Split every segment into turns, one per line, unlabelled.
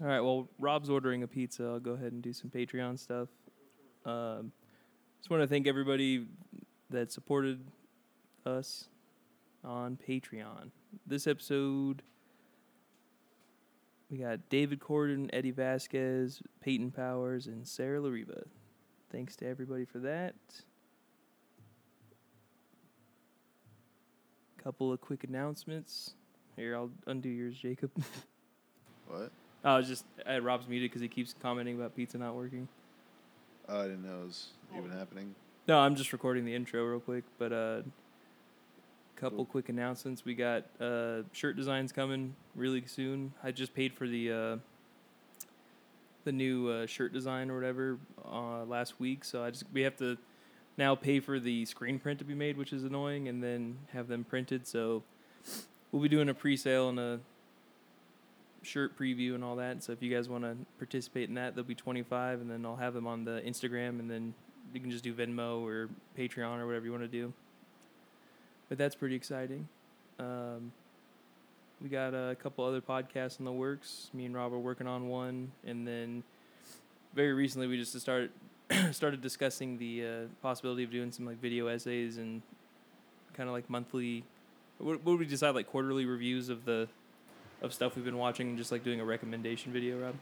All right. Well, Rob's ordering a pizza. I'll go ahead and do some Patreon stuff. Um, just want to thank everybody that supported us on Patreon. This episode, we got David Corden, Eddie Vasquez, Peyton Powers, and Sarah Lariba. Thanks to everybody for that. Couple of quick announcements. Here, I'll undo yours, Jacob.
What?
I was Oh, just at Rob's muted because he keeps commenting about pizza not working.
Oh, I didn't know it was even happening.
No, I'm just recording the intro real quick, but uh couple
Cool.
quick announcements. We got uh shirt designs coming really soon. I just paid for the uh the new uh, shirt design or whatever uh, last week, so I just we have to now pay for the screen print to be made, which is annoying, and then have them printed. So we'll be doing a pre-sale and a shirt preview and all that. So if you guys want to participate in that, they'll be 25 and then I'll have them on the Instagram and then you can just do Venmo or Patreon or whatever you want to do. But that's pretty exciting. Um, we got a couple other podcasts in the works. Me and Rob are working on one and then very recently we just started started discussing the uh, possibility of doing some like video essays and kind of like monthly what, what would we decide like quarterly reviews of the of stuff we've been watching and just like doing a recommendation video, Rob?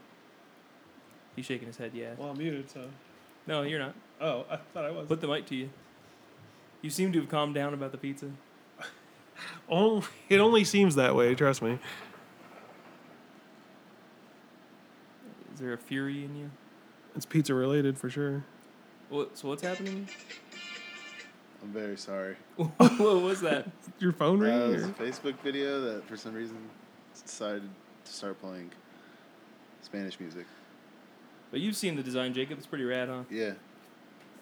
He's shaking his head, yeah.
Well, I'm muted, so.
No, you're not.
Oh, I thought I was.
Put the mic to you. You seem to have calmed down about the pizza.
oh, it only seems that way. Trust me.
Is there a fury in you?
It's pizza related for sure.
What, so what's happening?
I'm very sorry.
what was that?
Your phone
That
ringing?
was a
or-
Facebook video that for some reason decided to start playing Spanish music.
But you've seen the design, Jacob. It's pretty rad, huh?
Yeah.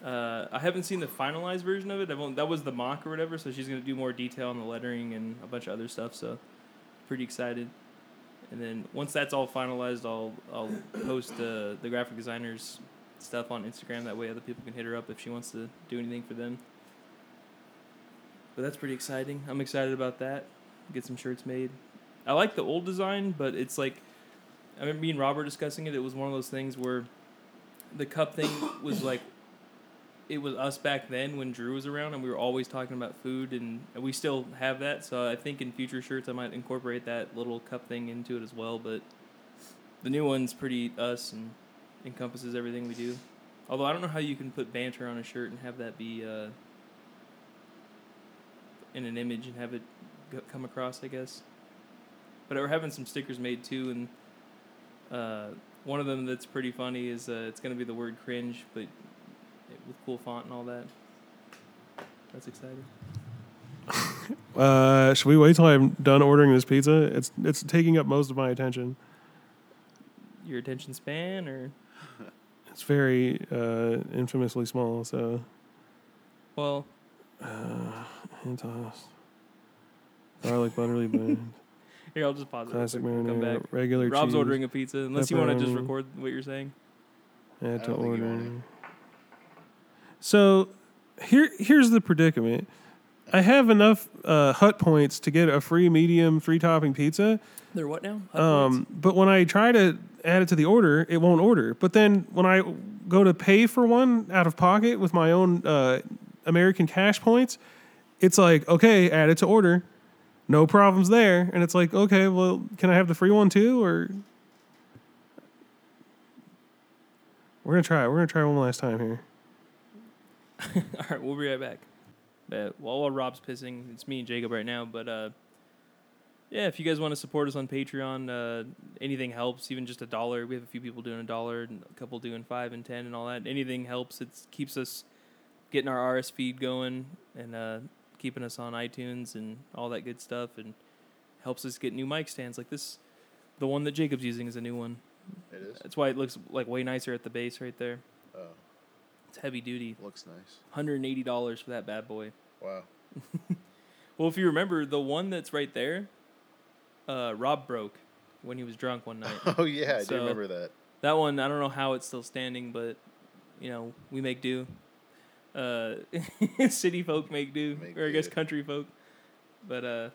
Uh, I haven't seen the finalized version of it. I won't, that was the mock or whatever, so she's going to do more detail on the lettering and a bunch of other stuff, so pretty excited. And then once that's all finalized, I'll, I'll post uh, the graphic designer's stuff on Instagram. That way other people can hit her up if she wants to do anything for them. But that's pretty exciting. I'm excited about that. Get some shirts made. I like the old design, but it's like, I remember me and Rob were discussing it. It was one of those things where the cup thing was like it was us back then when Drew was around, and we were always talking about food, and we still have that. So I think in future shirts, I might incorporate that little cup thing into it as well. But the new one's pretty us and encompasses everything we do. Although I don't know how you can put banter on a shirt and have that be uh, in an image and have it go- come across, I guess. But we're having some stickers made too, and uh, one of them that's pretty funny is uh, it's going to be the word cringe, but it- with cool font and all that. That's exciting.
Uh, should we wait till I'm done ordering this pizza? It's it's taking up most of my attention.
Your attention span, or
It's very uh, infamously small. So,
well,
uh, hand tossed, garlic butterly blend,
here I'll just pause
classic
it. real quick and Come
marinara,
back.
regular
Rob's
cheese.
ordering a pizza. Unless you want to just
pepperoni.
record what you're saying.
Add
I
to
don't think you
order.
want it.
So here here's the predicament. I have enough uh, hut points to get a free medium three topping pizza.
They're what now?
Um, but when I try to add it to the order, it won't order. But then when I go to pay for one out of pocket with my own uh, American cash points, it's like, okay, add it to order. No problems there. And it's like, okay, well, can I have the free one too? Or we're gonna try. it. We're gonna try one last time here.
All right, we'll be right back. But while, while Rob's pissing, it's me and Jacob right now. But uh, yeah, if you guys want to support us on Patreon, uh, anything helps. Even just a dollar. We have a few people doing a dollar, and a couple doing five and ten, and all that. Anything helps. It keeps us getting our RS feed going and uh, keeping us on iTunes and all that good stuff, and helps us get new mic stands like this. The one that Jacob's using is a new one.
It is.
That's why it looks like way nicer at the base right there.
Oh,
It's heavy duty.
looks nice.
Hundred and eighty dollars for that bad boy.
Wow.
Well, if you remember, the one that's right there, uh, Rob broke when he was drunk one night.
Oh yeah, I
So-
do remember that.
that one, I don't know how it's still standing, but you know, we make do. Uh, city folk make do,
Make
or I guess
do.
country folk. But uh,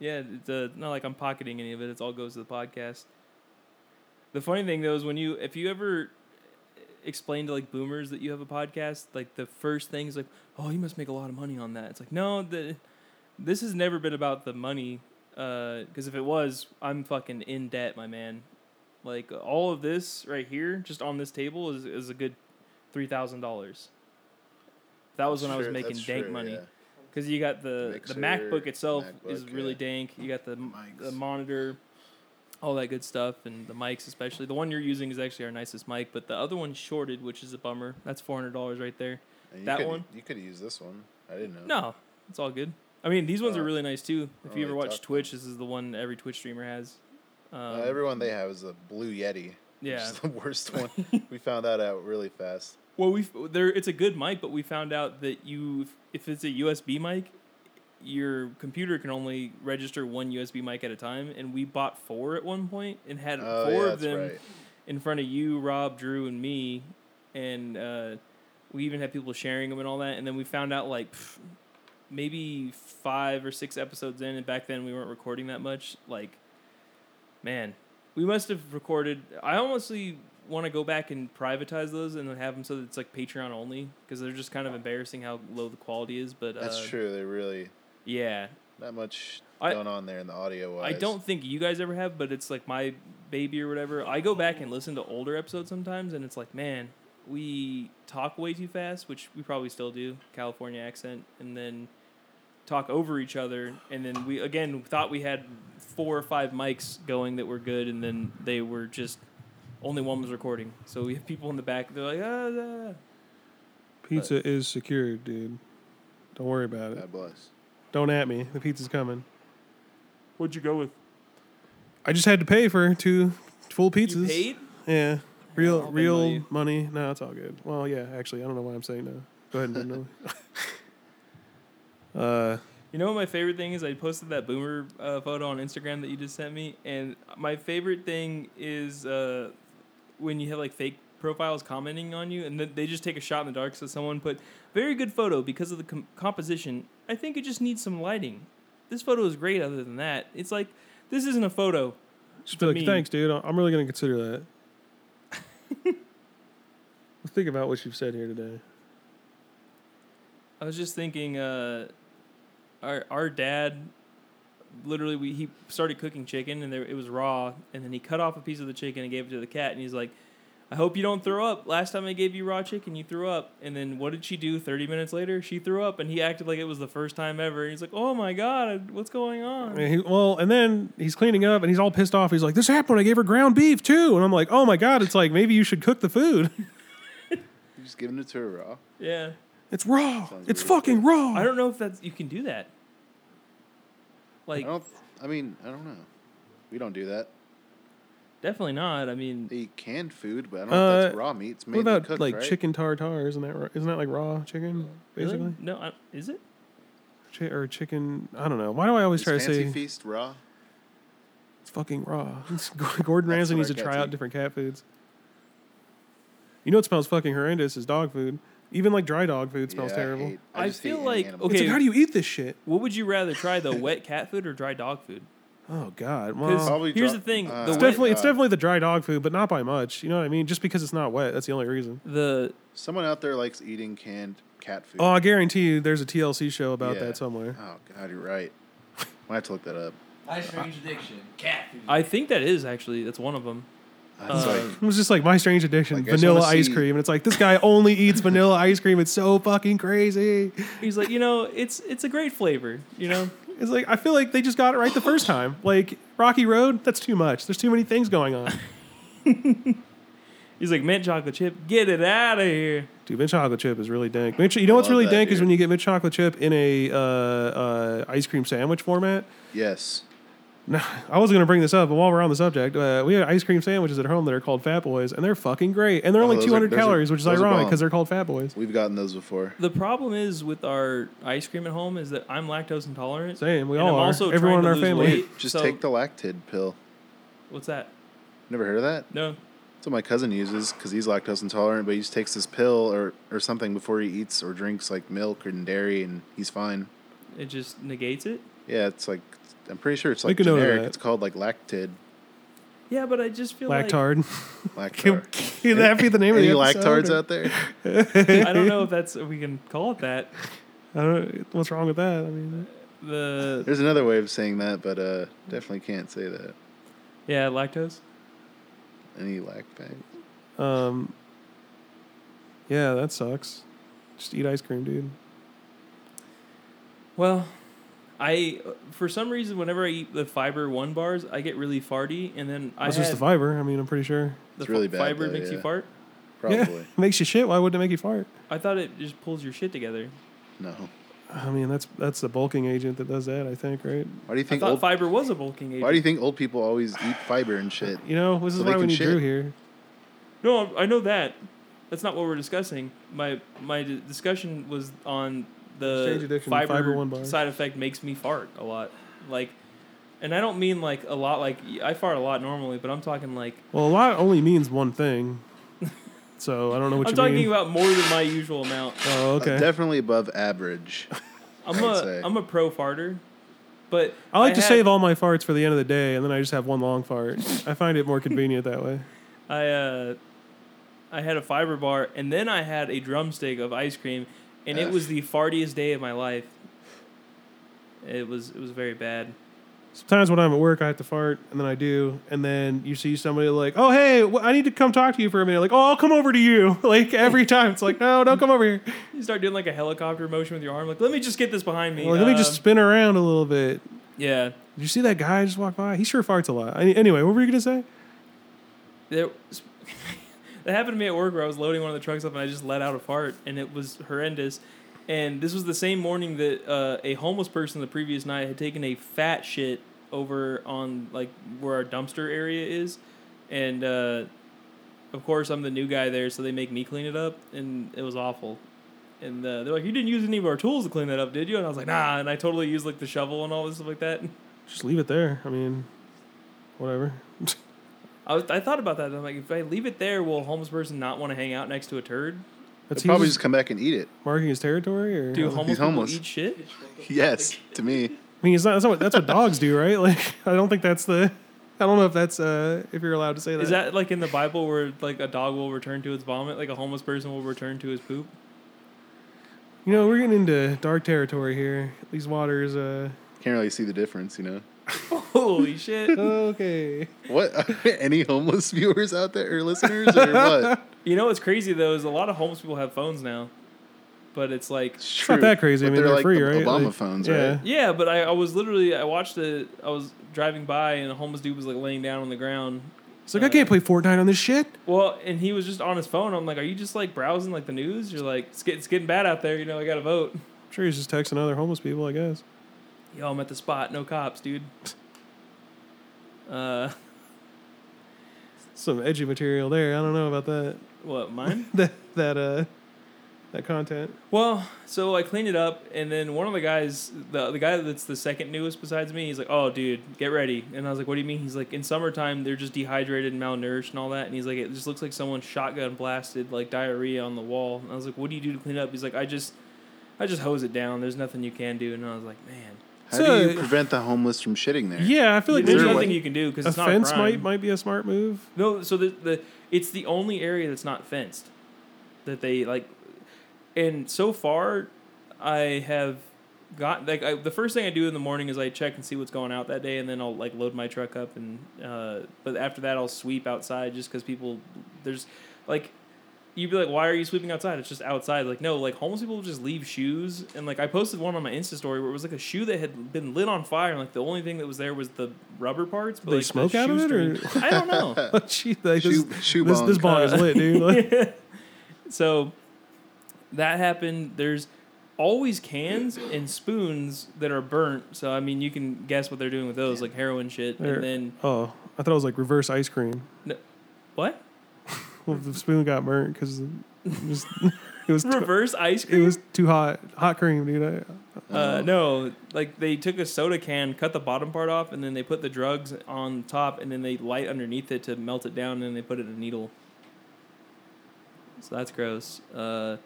yeah, it's uh, not like I'm pocketing any of it. It's all goes to the podcast. The funny thing though is when you if you ever explain to like boomers that you have a podcast, like the first thing is like, oh, you must make a lot of money on that. It's like no, the this has never been about the money because if it was, I'm fucking in debt, my man. Like all of this right here, just on this table, is is a good three thousand dollars. That was when I was
Sure,
making
that's
dank
true,
money.
yeah.
Because you got the
Mixer,
the MacBook itself is
MacBook,
really
yeah.
dank. You got the the
Mics.
monitor, all that good stuff, and the mics especially. The one you're using is actually our nicest mic, but the other one shorted, which is a bummer. That's four hundred dollars right there.
And you
That
could,
one?
You could use this one. I didn't know.
No, it's all good. I mean, these ones
Oh.
are really nice too. If
Oh,
you ever
they
watch
talk
Twitch, this is the one every Twitch streamer has. Um,
Uh, everyone they have is a blue Yeti. Which
yeah.
is the worst one. we found that out really fast.
Well, we there. It's a good mic, but we found out that you, if it's a USB mic, your computer can only register one USB mic at a time. And we bought four at one point and had
Oh,
four
yeah,
of
that's
them
right.
in front of you, Rob, Drew, and me, and uh, we even had people sharing them and all that. And then we found out like pff, maybe five or six episodes in, and back then we weren't recording that much. Like, man, we must have recorded. I honestly want to go back and privatize those and then have them so that it's like Patreon only because they're just kind of embarrassing how low the quality is. But uh,
That's true. They really
Yeah,
not much
I-
going on there in the audio
I
wise.
don't think you guys ever have, but it's like my baby or whatever. I go back and listen to older episodes sometimes, and it's like, man, we talk way too fast, which we probably still do, California accent, and then talk over each other, and then we again thought we had four or five mics going that were good, and then they were just only one was recording. So we have people in the back. They're like, ah, da, da."
Pizza is secured, dude. Don't worry about it.
God bless.
Don't at me. The pizza's coming.
what'd you go with?
I just had to pay for two full pizzas.
You paid?
Yeah. Real
I'll Venmo
real
you.
money. No, it's all good. Well, yeah, actually, I don't know why I'm saying no. Go ahead and no. uh
You know what my favorite thing is? I posted that boomer uh, photo on Instagram that you just sent me, and my favorite thing is uh, when you have like fake profiles commenting on you, and then they just take a shot in the dark. So someone put, "Very good photo because of the com- composition. I think it just needs some lighting. This photo is great. Other than that, it's like this isn't a photo.
just
To
be like,
me-
thanks, dude. I- I'm really gonna consider that. Let's think about what you've said here today.
I was just thinking, uh, our our dad, literally, we he started cooking chicken and there, it was raw, and then he cut off a piece of the chicken and gave it to the cat, and he's like, "I hope you don't throw up. Last time I gave you raw chicken, you threw up." And then what did she do? Thirty minutes later, she threw up, and he acted like it was the first time ever. He's like, "Oh my god, what's going on?"
And he, well, and then he's cleaning up and he's all pissed off. He's like, "This happened when I gave her ground beef too." And I'm like, "Oh my god!" It's like maybe you should cook the food.
You just giving it to her raw.
Yeah,
It's raw.
Sounds
it's
really
fucking
good.
raw.
I don't know if that's you can do that. Like,
I don't. I mean, I don't know. We don't do that.
definitely not. I mean,
They eat canned food, but I don't know if that's
Uh,
raw meat. It's
What
mainly
about
cooked,
like
right?
chicken tartare? Isn't that ra- isn't that like raw chicken
really?
basically?
no, I, is it?
Chi- or chicken? I don't know. Why do I always
Is
try to
Fancy
say
feast raw.
it's fucking raw? Gordon
That's
Ramsay
what
needs to
our
try
cats
out
eat.
different cat foods. You know what smells fucking horrendous is dog food. Even like dry dog food smells
Yeah,
terrible.
I,
It's
hate, I,
I
just hate
feel
any
like-
animal.
okay.
like, how do you eat this shit?
What would you rather try, though, wet cat food or dry dog food?
Oh god.
Because
Well,
Probably
here's
dry-
the thing:
uh,
the
It's
it's
wet-
definitely
uh,
it's definitely the dry dog food, but not by much. You know what I mean? Just because it's not wet, that's the only reason.
the
Someone out there likes eating canned cat food.
Oh, I guarantee you, there's a TLC show about
Yeah.
that somewhere.
Oh God, you're right. I have to look that up.
My strange addiction. Cat food.
I think that is actually that's one of them.
It's
Uh,
like,
It was just like My Strange Addiction,
Like, I just
vanilla
wanna
ice
see-
cream, and it's like this guy only eats vanilla ice cream. It's so fucking crazy.
He's like, you know, it's it's a great flavor, you know.
It's like I feel like they just got it right the first time. Like Rocky Road, that's too much. There's too many things going on.
He's like mint chocolate chip, get it out of here.
Dude, mint chocolate chip is really dank. Mint, you know what's
love
really
that,
dank
Oh,
is
dude.
when you get mint chocolate chip in a uh, uh, ice cream sandwich format.
yes.
No, I was going to bring this up, but while we're on the subject, uh, we had ice cream sandwiches at home that are called Fat Boys, and they're fucking great, and they're
Oh,
only
those are-
200
those are-
calories, which is
those are
ironic
bomb.
because they're called Fat Boys.
We've gotten those before.
The problem is with our ice cream at home is that I'm lactose intolerant.
Same, we
and
all
I'm
are.
also trying
Everyone in our
to lose
family.
weight,
Just
so-
take the lactid pill.
What's that?
Never heard of that?
No,
That's what my cousin uses because he's lactose intolerant, but he just takes this pill or, or something before he eats or drinks like milk and dairy, and he's fine.
it just negates it.
Yeah, it's like I'm pretty sure it's
We
like
can know
generic.
that.
It's called like lactid.
Yeah, but I just feel like
Lactard. Can,
Lactar.
can that be the name of
Any
the
lactards
episode?
out there?
I don't know if that's if we can call it that.
I don't, what's wrong with that? I mean,
The
There's another way of saying that, but uh, definitely can't say that.
yeah, lactose.
Any lack bag.
um, yeah, that sucks. Just eat ice cream, dude.
Well, I for some reason whenever I eat the fiber one bars, I get really farty, and then I
That's
had
just the fiber. I mean, I'm pretty sure.
the
It's really
fi-
bad,
fiber
though,
makes you
yeah.
fart.
Probably.
Yeah, makes you shit. Why wouldn't it make you fart?
I thought it just pulls your shit together.
No.
I mean, that's that's the bulking agent that does that. I think, right?
Why do you
I
think
thought
old,
fiber was a bulking agent.
Why do you think old people always eat fiber and shit?
You know, this is
So they
why we
can
need
shit.
Drew here.
No, I know that. That's not what we're discussing. My my d- discussion was on
Exchange
the
addiction,
fiber,
fiber one bar.
side effect makes me fart a lot. Like, and I don't mean like a lot. Like I fart a lot normally, but I'm talking like
Well, a lot only means one thing, so I don't know what
I'm
you
talking
mean.
about more than my usual amount.
oh,
Uh,
okay.
definitely above average.
I'm
I'd
a
say.
am a pro farter, but
I like to
had-
save all my farts for the end of the day, and then I just have one long fart. I find it more convenient that way.
I uh, I had a fiber bar, and then I had a drumstick of ice cream, and it
Ugh.
was the fartiest day of my life. It was it was very bad.
Sometimes when I'm at work, I have to fart, and then I do, and then you see somebody like, "Oh, hey, wh- I need to come talk to you for a minute." Like, "Oh, I'll come over to you." Like every time, it's like, "No, don't come over here."
You start doing like a helicopter motion with your arm, like let me just get this behind me.
Like, let me
Uh,
just spin around a little bit.
yeah.
Did you see that guy just walk by? He sure farts a lot. Any- Anyway, what were you gonna say?
There, that happened to me at work where I was loading one of the trucks up and I just let out a fart and it was horrendous. And this was the same morning that uh, a homeless person the previous night had taken a fat shit over on like where our dumpster area is, and uh, of course I'm the new guy there, so they make me clean it up, and it was awful. And uh, they're like, "You didn't use any of our tools to clean that up, did you?" And I was like, "Nah," and I totally used like the shovel and all this stuff like that.
Just leave it there. I mean, whatever.
I, was, I thought about that. and I'm like, if I leave it there, will a homeless person not want to hang out next to a turd?
That's
They'd probably
he's
just come back and eat it.
marking his territory, or
Do homeless people
homeless.
eat shit?
Yes, to me.
I mean, it's not, that's, not what, that's what dogs do, right? Like, I don't think that's the. I don't know if that's uh, if you're allowed to say that.
Is that like in the Bible where like a dog will return to its vomit, like a homeless person will return to his poop?
You know, we're getting into dark territory here. These waters. Uh,
Can't really see the difference, you know.
Holy shit!
okay.
What? Any homeless viewers out there or listeners or what?
You know what's crazy though is a lot of homeless people have phones now, but it's like
It's,
not
true,
that crazy. I
but
mean, they're
like
free,
the
right?
Obama
Like,
phones,
yeah.
right?
yeah. But I, I was literally I watched the I was driving by and a homeless dude was like laying down on the ground.
It's like I can't play Fortnite on this shit.
Well, and he was just on his phone. I'm like, are you just like browsing like the news? You're like, it's, get, it's getting bad out there. You know, I got to vote.
I'm sure he's just texting other homeless people, I guess.
Yo, I'm at the spot. No cops, dude. Uh,
Some edgy material there. I don't know about that.
what mine?
That that uh, that content.
Well, so I cleaned it up, and then one of the guys, the the guy that's the second newest besides me, he's like, "Oh, dude, get ready." And I was like, "What do you mean?" He's like, "In summertime, they're just dehydrated and malnourished and all that." And he's like, "It just looks like someone shotgun blasted like diarrhea on the wall." And I was like, "What do you do to clean it up?" He's like, "I just, I just hose it down. There's nothing you can do." And I was like, "Man,
How
So-
do you prevent the homeless from shitting there?
Yeah, I feel like
there's
there a
maybe
nothing
way-
you can do because
a
it's not a
fence
crime."
might might be a smart move.
No, so the the it's the only area that's not fenced that they like, and so far, I have got like I, the first thing I do in the morning is I check and see what's going out that day, and then I'll like load my truck up and uh, but after that I'll sweep outside just because people there's like. You'd be like, why are you sweeping outside? It's just outside. Like, no, like homeless people just leave shoes. And like, I posted one on my Insta story where it was like a shoe that had been lit on fire. And like, the only thing that was there was the rubber parts. But
They
like, the
smoke out of it, or-
shoestring- I don't know.
Gee, like,
Shoe,
this,
shoe
this, this
bong.
bong is lit, dude. Like,
So that happened. There's always cans and spoons that are burnt. So I mean, you can guess what they're doing with those, like heroin shit.
They're-
And then
oh, I thought it was like reverse ice cream.
what?
Well, the spoon got burnt because it was it was, too,
Reverse ice
it
cream.
was too hot. Hot cream, dude. I,
uh, no, like they took a soda can, cut the bottom part off, and then they put the drugs on top, and then they light underneath it to melt it down, and then they put it in a needle. So that's gross. Uh,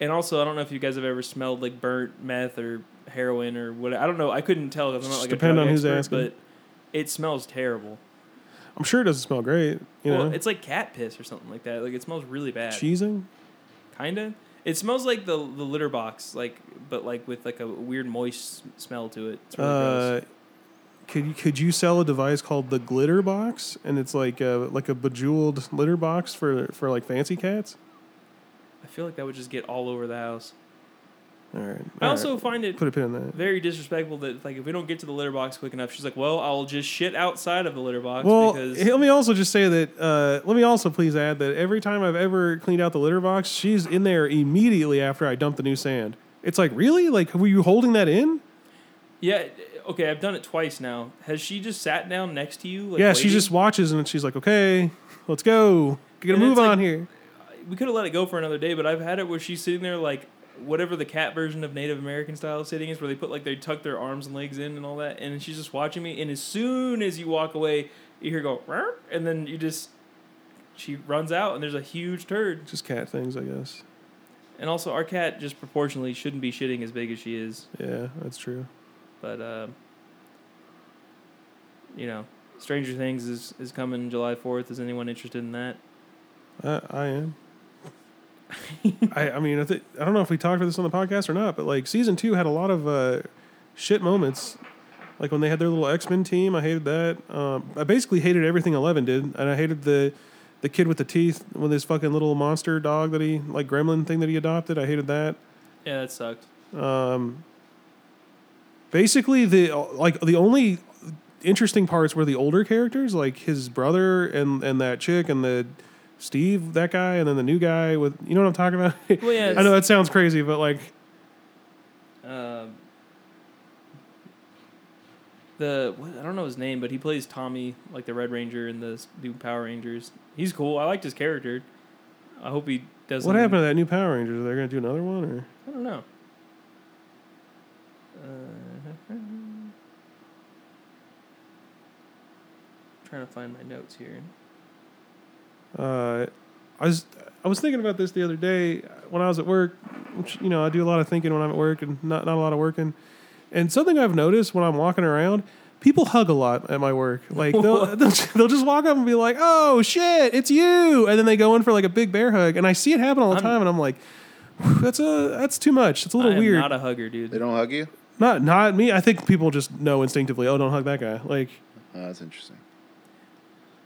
and also, I don't know if you guys have ever smelled like burnt meth or heroin or what. I don't know. I couldn't tell because I'm not
Just
like
depend
a drug
on who's
expert,
asking.
but it smells terrible.
I'm sure it doesn't smell great. You
well,
know,
it's like cat piss or something like that. Like it smells really bad.
cheesing.
Kinda. It smells like the the litter box, like but like with like a weird moist s- smell to it. It's really
Uh,
gross.
could you, could you sell a device called the glitter box, and it's like a, like a bejeweled litter box for for like fancy cats?
I feel like that would just get all over the house.
All right.
I
all
also
right.
find it
put a pin in that.
very disrespectful that like if we don't get to the litter box quick enough, she's like, "Well, I'll just shit outside of the litter box
Well,
because
let me also just say that. Uh, let me also please add that every time I've ever cleaned out the litter box, she's in there immediately after I dump the new sand. It's like really, like were you holding that in?
yeah, okay, I've done it twice now. Has she just sat down next to you? Like,
yeah, she
waiting?
just watches and she's like, okay, let's go, get a
And
move
it's like-
on here.
we could have let it go for another day, but I've had it where she's sitting there like whatever the cat version of Native American style sitting is, where they put like they tuck their arms and legs in and all that, and she's just watching me. And as soon as you walk away, you hear go, "Rrr," and then you just she runs out, and there's a huge turd.
Just cat things, I guess.
And also, our cat just proportionally shouldn't be shitting as big as she is,
Yeah, that's true.
but uh, you know, Stranger Things is is coming July fourth. Is anyone interested in that?
I, I am. I, I mean, I, thi- I don't know if we talked about this on the podcast or not, but like season two had a lot of uh, shit moments. Like when they had their little X Men team, I hated that. Um, I basically hated everything Eleven did, and I hated the the kid with the teeth with his fucking little monster dog that he like gremlin thing that he adopted. I hated that.
Yeah, that sucked.
Um, basically, the like the only interesting parts were the older characters, like his brother and and that chick and the Steve, that guy, and then the new guy with you know what I'm talking about.
Well, yeah,
I know that sounds crazy, but like
Um, the what, I don't know his name, but he plays Tommy, like the Red Ranger in the s- new Power Rangers. He's cool. I liked his character. I hope he doesn't.
what happened to that new Power Rangers? Are they gonna do another one or?
I don't know. Uh, trying to find my notes here.
Uh, I was I was thinking about this the other day when I was at work. Which, you know, I do a lot of thinking when I'm at work, and not not a lot of working. And something I've noticed when I'm walking around, people hug a lot at my work. Like they'll they'll, they'll just walk up and be like, "Oh shit, it's you," and then they go in for like a big bear hug. And I see it happen all the
I'm-
time, and I'm like, "Whew, "That's a that's too much. It's a little
I am
weird."
Not a hugger, dude.
They don't hug you?
not not me. I think people just know instinctively. Oh, don't hug that guy. Like.
Oh, that's interesting.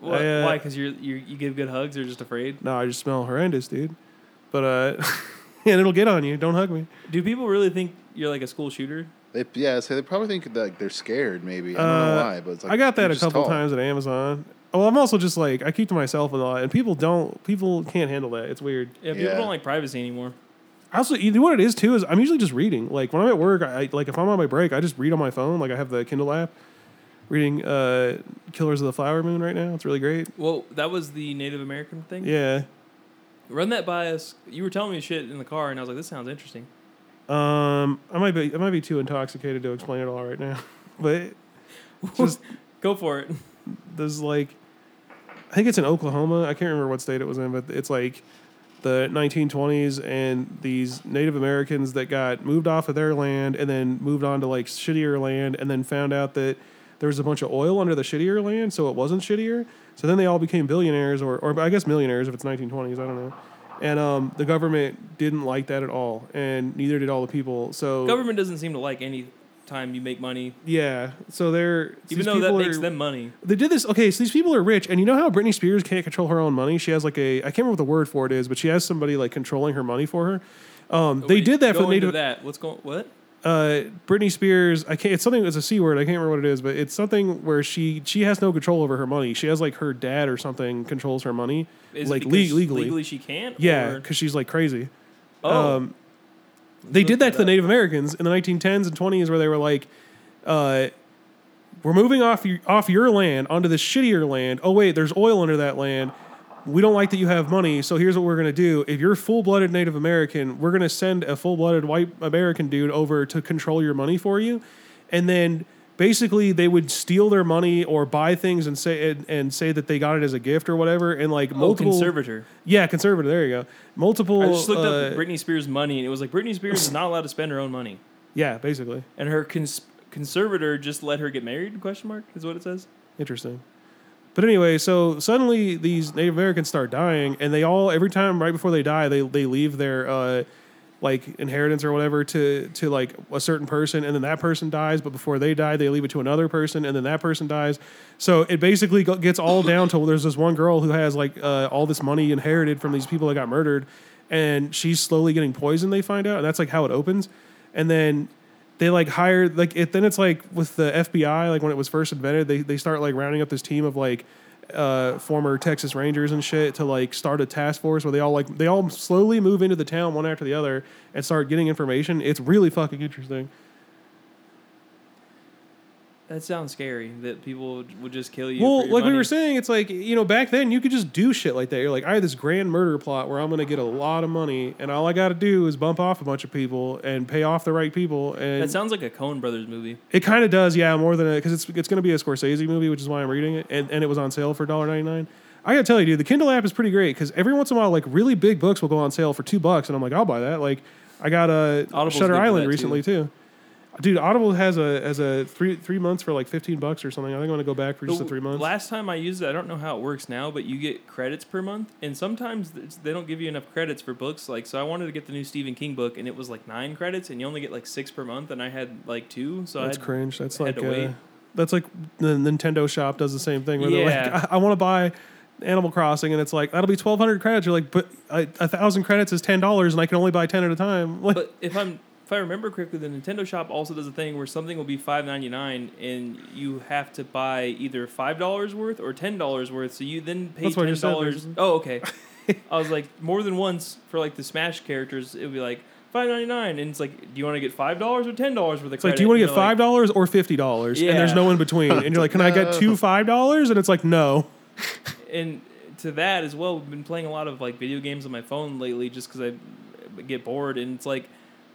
Wha-
I, uh,
why? Because you're, you're you give good hugs. They're just afraid.
No, I just smell horrendous, dude. But uh, and it'll get on you. Don't hug me.
Do people really think you're like a school shooter?
They, yeah, so they probably think that they're scared. Maybe I don't know
Uh,
why, but it's like
I got
you're
that a
just
couple
tall.
times at Amazon. Well, I'm also just like I keep to myself a lot, and people don't. People can't handle that. It's weird.
Yeah, people
Yeah.
don't like privacy anymore.
I also, you know what it is too is I'm usually just reading. Like when I'm at work, I like if I'm on my break, I just read on my phone. Like I have the Kindle app, reading uh, "Killers of the Flower Moon" right now. It's really great.
Well, that was the Native American thing.
Yeah.
Run that by us. You were telling me shit in the car, and I was like, "This sounds interesting."
Um, I might be I might be too intoxicated to explain it all right now, but Just-
Go for it.
there's like I think it's in Oklahoma. I can't remember what state it was in, but it's like the 1920s and these Native Americans that got moved off of their land and then moved on to like shittier land and then found out that there was a bunch of oil under the shittier land, so it wasn't shittier. So then they all became billionaires or, or I guess millionaires if it's 1920s, I don't know. And um, the government didn't like that at all, and neither did all the people. So
Government doesn't seem to like any time you make money,
yeah, so they're
even
these
though that
people
makes
are-
them money.
they did this. Okay, so these people are rich, and you know how Britney Spears can't control her own money. She has like a I can't remember what the word for it is, but she has somebody like controlling her money for her. Um, they
Wait,
did that
go
for the
into
Native.
That what's going? What?
Uh, Britney Spears. I can't. It's something. It's a c word. I can't remember what it is, but it's something where she she has no control over her money. She has like her dad or something controls her money,
Is it
like le-
because
legally.
legally she can't.
Yeah,
or-
because she's like crazy.
oh,
Um, they
look
did that
that
to the
up.
Native Americans in the 1910s and 20s, where they were like, uh, "We're moving off your, off your land onto this shittier land. Oh wait, there's oil under that land. We don't like that you have money, so here's what we're gonna do. If you're full blooded Native American, we're gonna send a full blooded white American dude over to control your money for you, and then." Basically, they would steal their money or buy things and say and, and say that they got it as a gift or whatever, and like
oh,
multiple
conservator.
yeah, conservative. There you go. Multiple.
I just looked
uh,
up Britney Spears money, and it was like Britney Spears is not allowed to spend her own money,
Yeah, basically.
and her cons- conservator just let her get married? Question mark is what it says.
Interesting. But anyway, so suddenly these Native Americans start dying, and they all every time right before they die, they they leave their uh, like inheritance or whatever to to like a certain person, and then that person dies. But before they die, they leave it to another person, and then that person dies. So it basically go- gets all down to well, there's this one girl who has like uh, all this money inherited from these people that got murdered, and she's slowly getting poisoned. They find out, and that's like how it opens, and then they like hire like it then it's like with the FBI like when it was first invented they they start like rounding up this team of like uh former Texas Rangers and shit to like start a task force where they all like they all slowly move into the town one after the other and start getting information it's really fucking interesting
That sounds scary. That people would, would just kill you. for
well like
your
we
money.
were saying it's like you know back then you could just do shit like that you're like I have this grand murder plot where I'm going to get a lot of money and all I got to do is bump off a bunch of people and pay off the right people and
That sounds like a Coen Brothers movie.
It kind of does, yeah, more than a because it's it's going to be a Scorsese movie, which is why I'm reading it, and, and it was on sale for $1.99. I gotta tell you, dude, the Kindle app is pretty great because every once in a while, like really big books will go on sale for two bucks, and I'm like, I'll buy that. Like, I got a
Audible's
Shutter
good for
Island
that,
recently too. Dude, Audible has a has a three three months for like fifteen bucks or something. I think I'm gonna go back for just the
The
three months.
Last time I used it, I don't know how it works now, but you get credits per month, and sometimes th- they don't give you enough credits for books. Like, so I wanted to get the new Stephen King book, and it was like nine credits, and you only get like six per month, and I had like two. So
that's
I had-
cringe. That's
I
like
had to
uh,
wait.
that's like the Nintendo shop does the same thing where they're
Yeah.
like, I, I want to buy Animal Crossing, and it's like that'll be twelve hundred credits. You're like, but I- a thousand credits is ten dollars, and I can only buy ten at a time. Like,
But if I'm if I remember correctly, the Nintendo shop also does a thing where something will be five ninety nine, and you have to buy either five dollars worth or ten dollars worth. So you then pay
That's what I
ten
just said,
dollars.
Mason.
Oh, okay. I was like more than once for like the Smash characters, it would be like five ninety nine, and it's like, do you want to get five dollars or ten dollars worth of
it's like, do you want to get five dollars or fifty dollars? And there's
Yeah.
no in between. And you're like, can I get two five dollars? And it's like, no.
and to that as well, I've been playing a lot of like video games on my phone lately just because I get bored, and it's like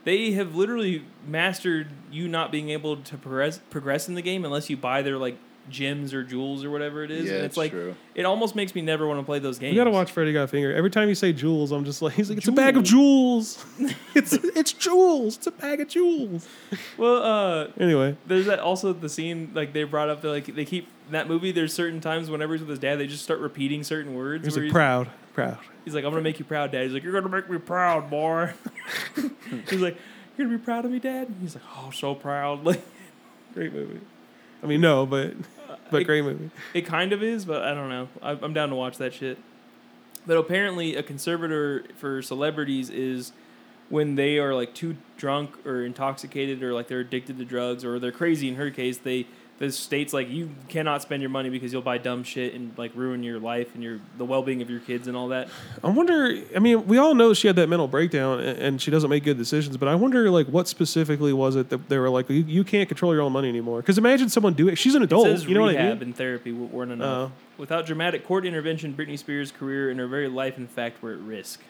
they have literally mastered you not being able to progress progress in the game unless you buy their like gems or jewels or whatever it is,
Yeah,
and
it's
it's like
true.
it almost makes me never want to play those games.
You gotta watch Freddy Got Finger. Every time you say Jules, I'm just like, he's like, it's a bag of jewels. it's it's jewels. It's a bag of jewels.
Well, uh,
Anyway,
there's that also the scene like they brought up that like they keep in that movie. There's certain times whenever he's with his dad, they just start repeating certain words.
he's
where
like
he's-
proud, proud.
He's like, I'm gonna make you proud, Dad. He's like, You're gonna make me proud, boy. he's like, You're gonna be proud of me, Dad. And he's like, Oh, so proud. Like,
Great movie. I mean, no, but but
it-
great movie.
it kind of is, but I don't know. I, I'm down to watch that shit. But apparently, a conservator for celebrities is when they are like too drunk or intoxicated or like they're addicted to drugs or they're crazy. In her case, they the state's like you cannot spend your money because you'll buy dumb shit and like ruin your life and your the well being of your kids and all that.
I wonder. I mean, we all know she had that mental breakdown, and, and she doesn't make good decisions. But I wonder, like, what specifically was it that they were like, you, you can't control your own money anymore? Because imagine someone doing. She's an
It
adult.
says
Oh, you know
rehab
what I mean?
and therapy w- weren't
Oh.
enough. Without dramatic court intervention, Britney Spears' career and her very life, in fact, were at risk.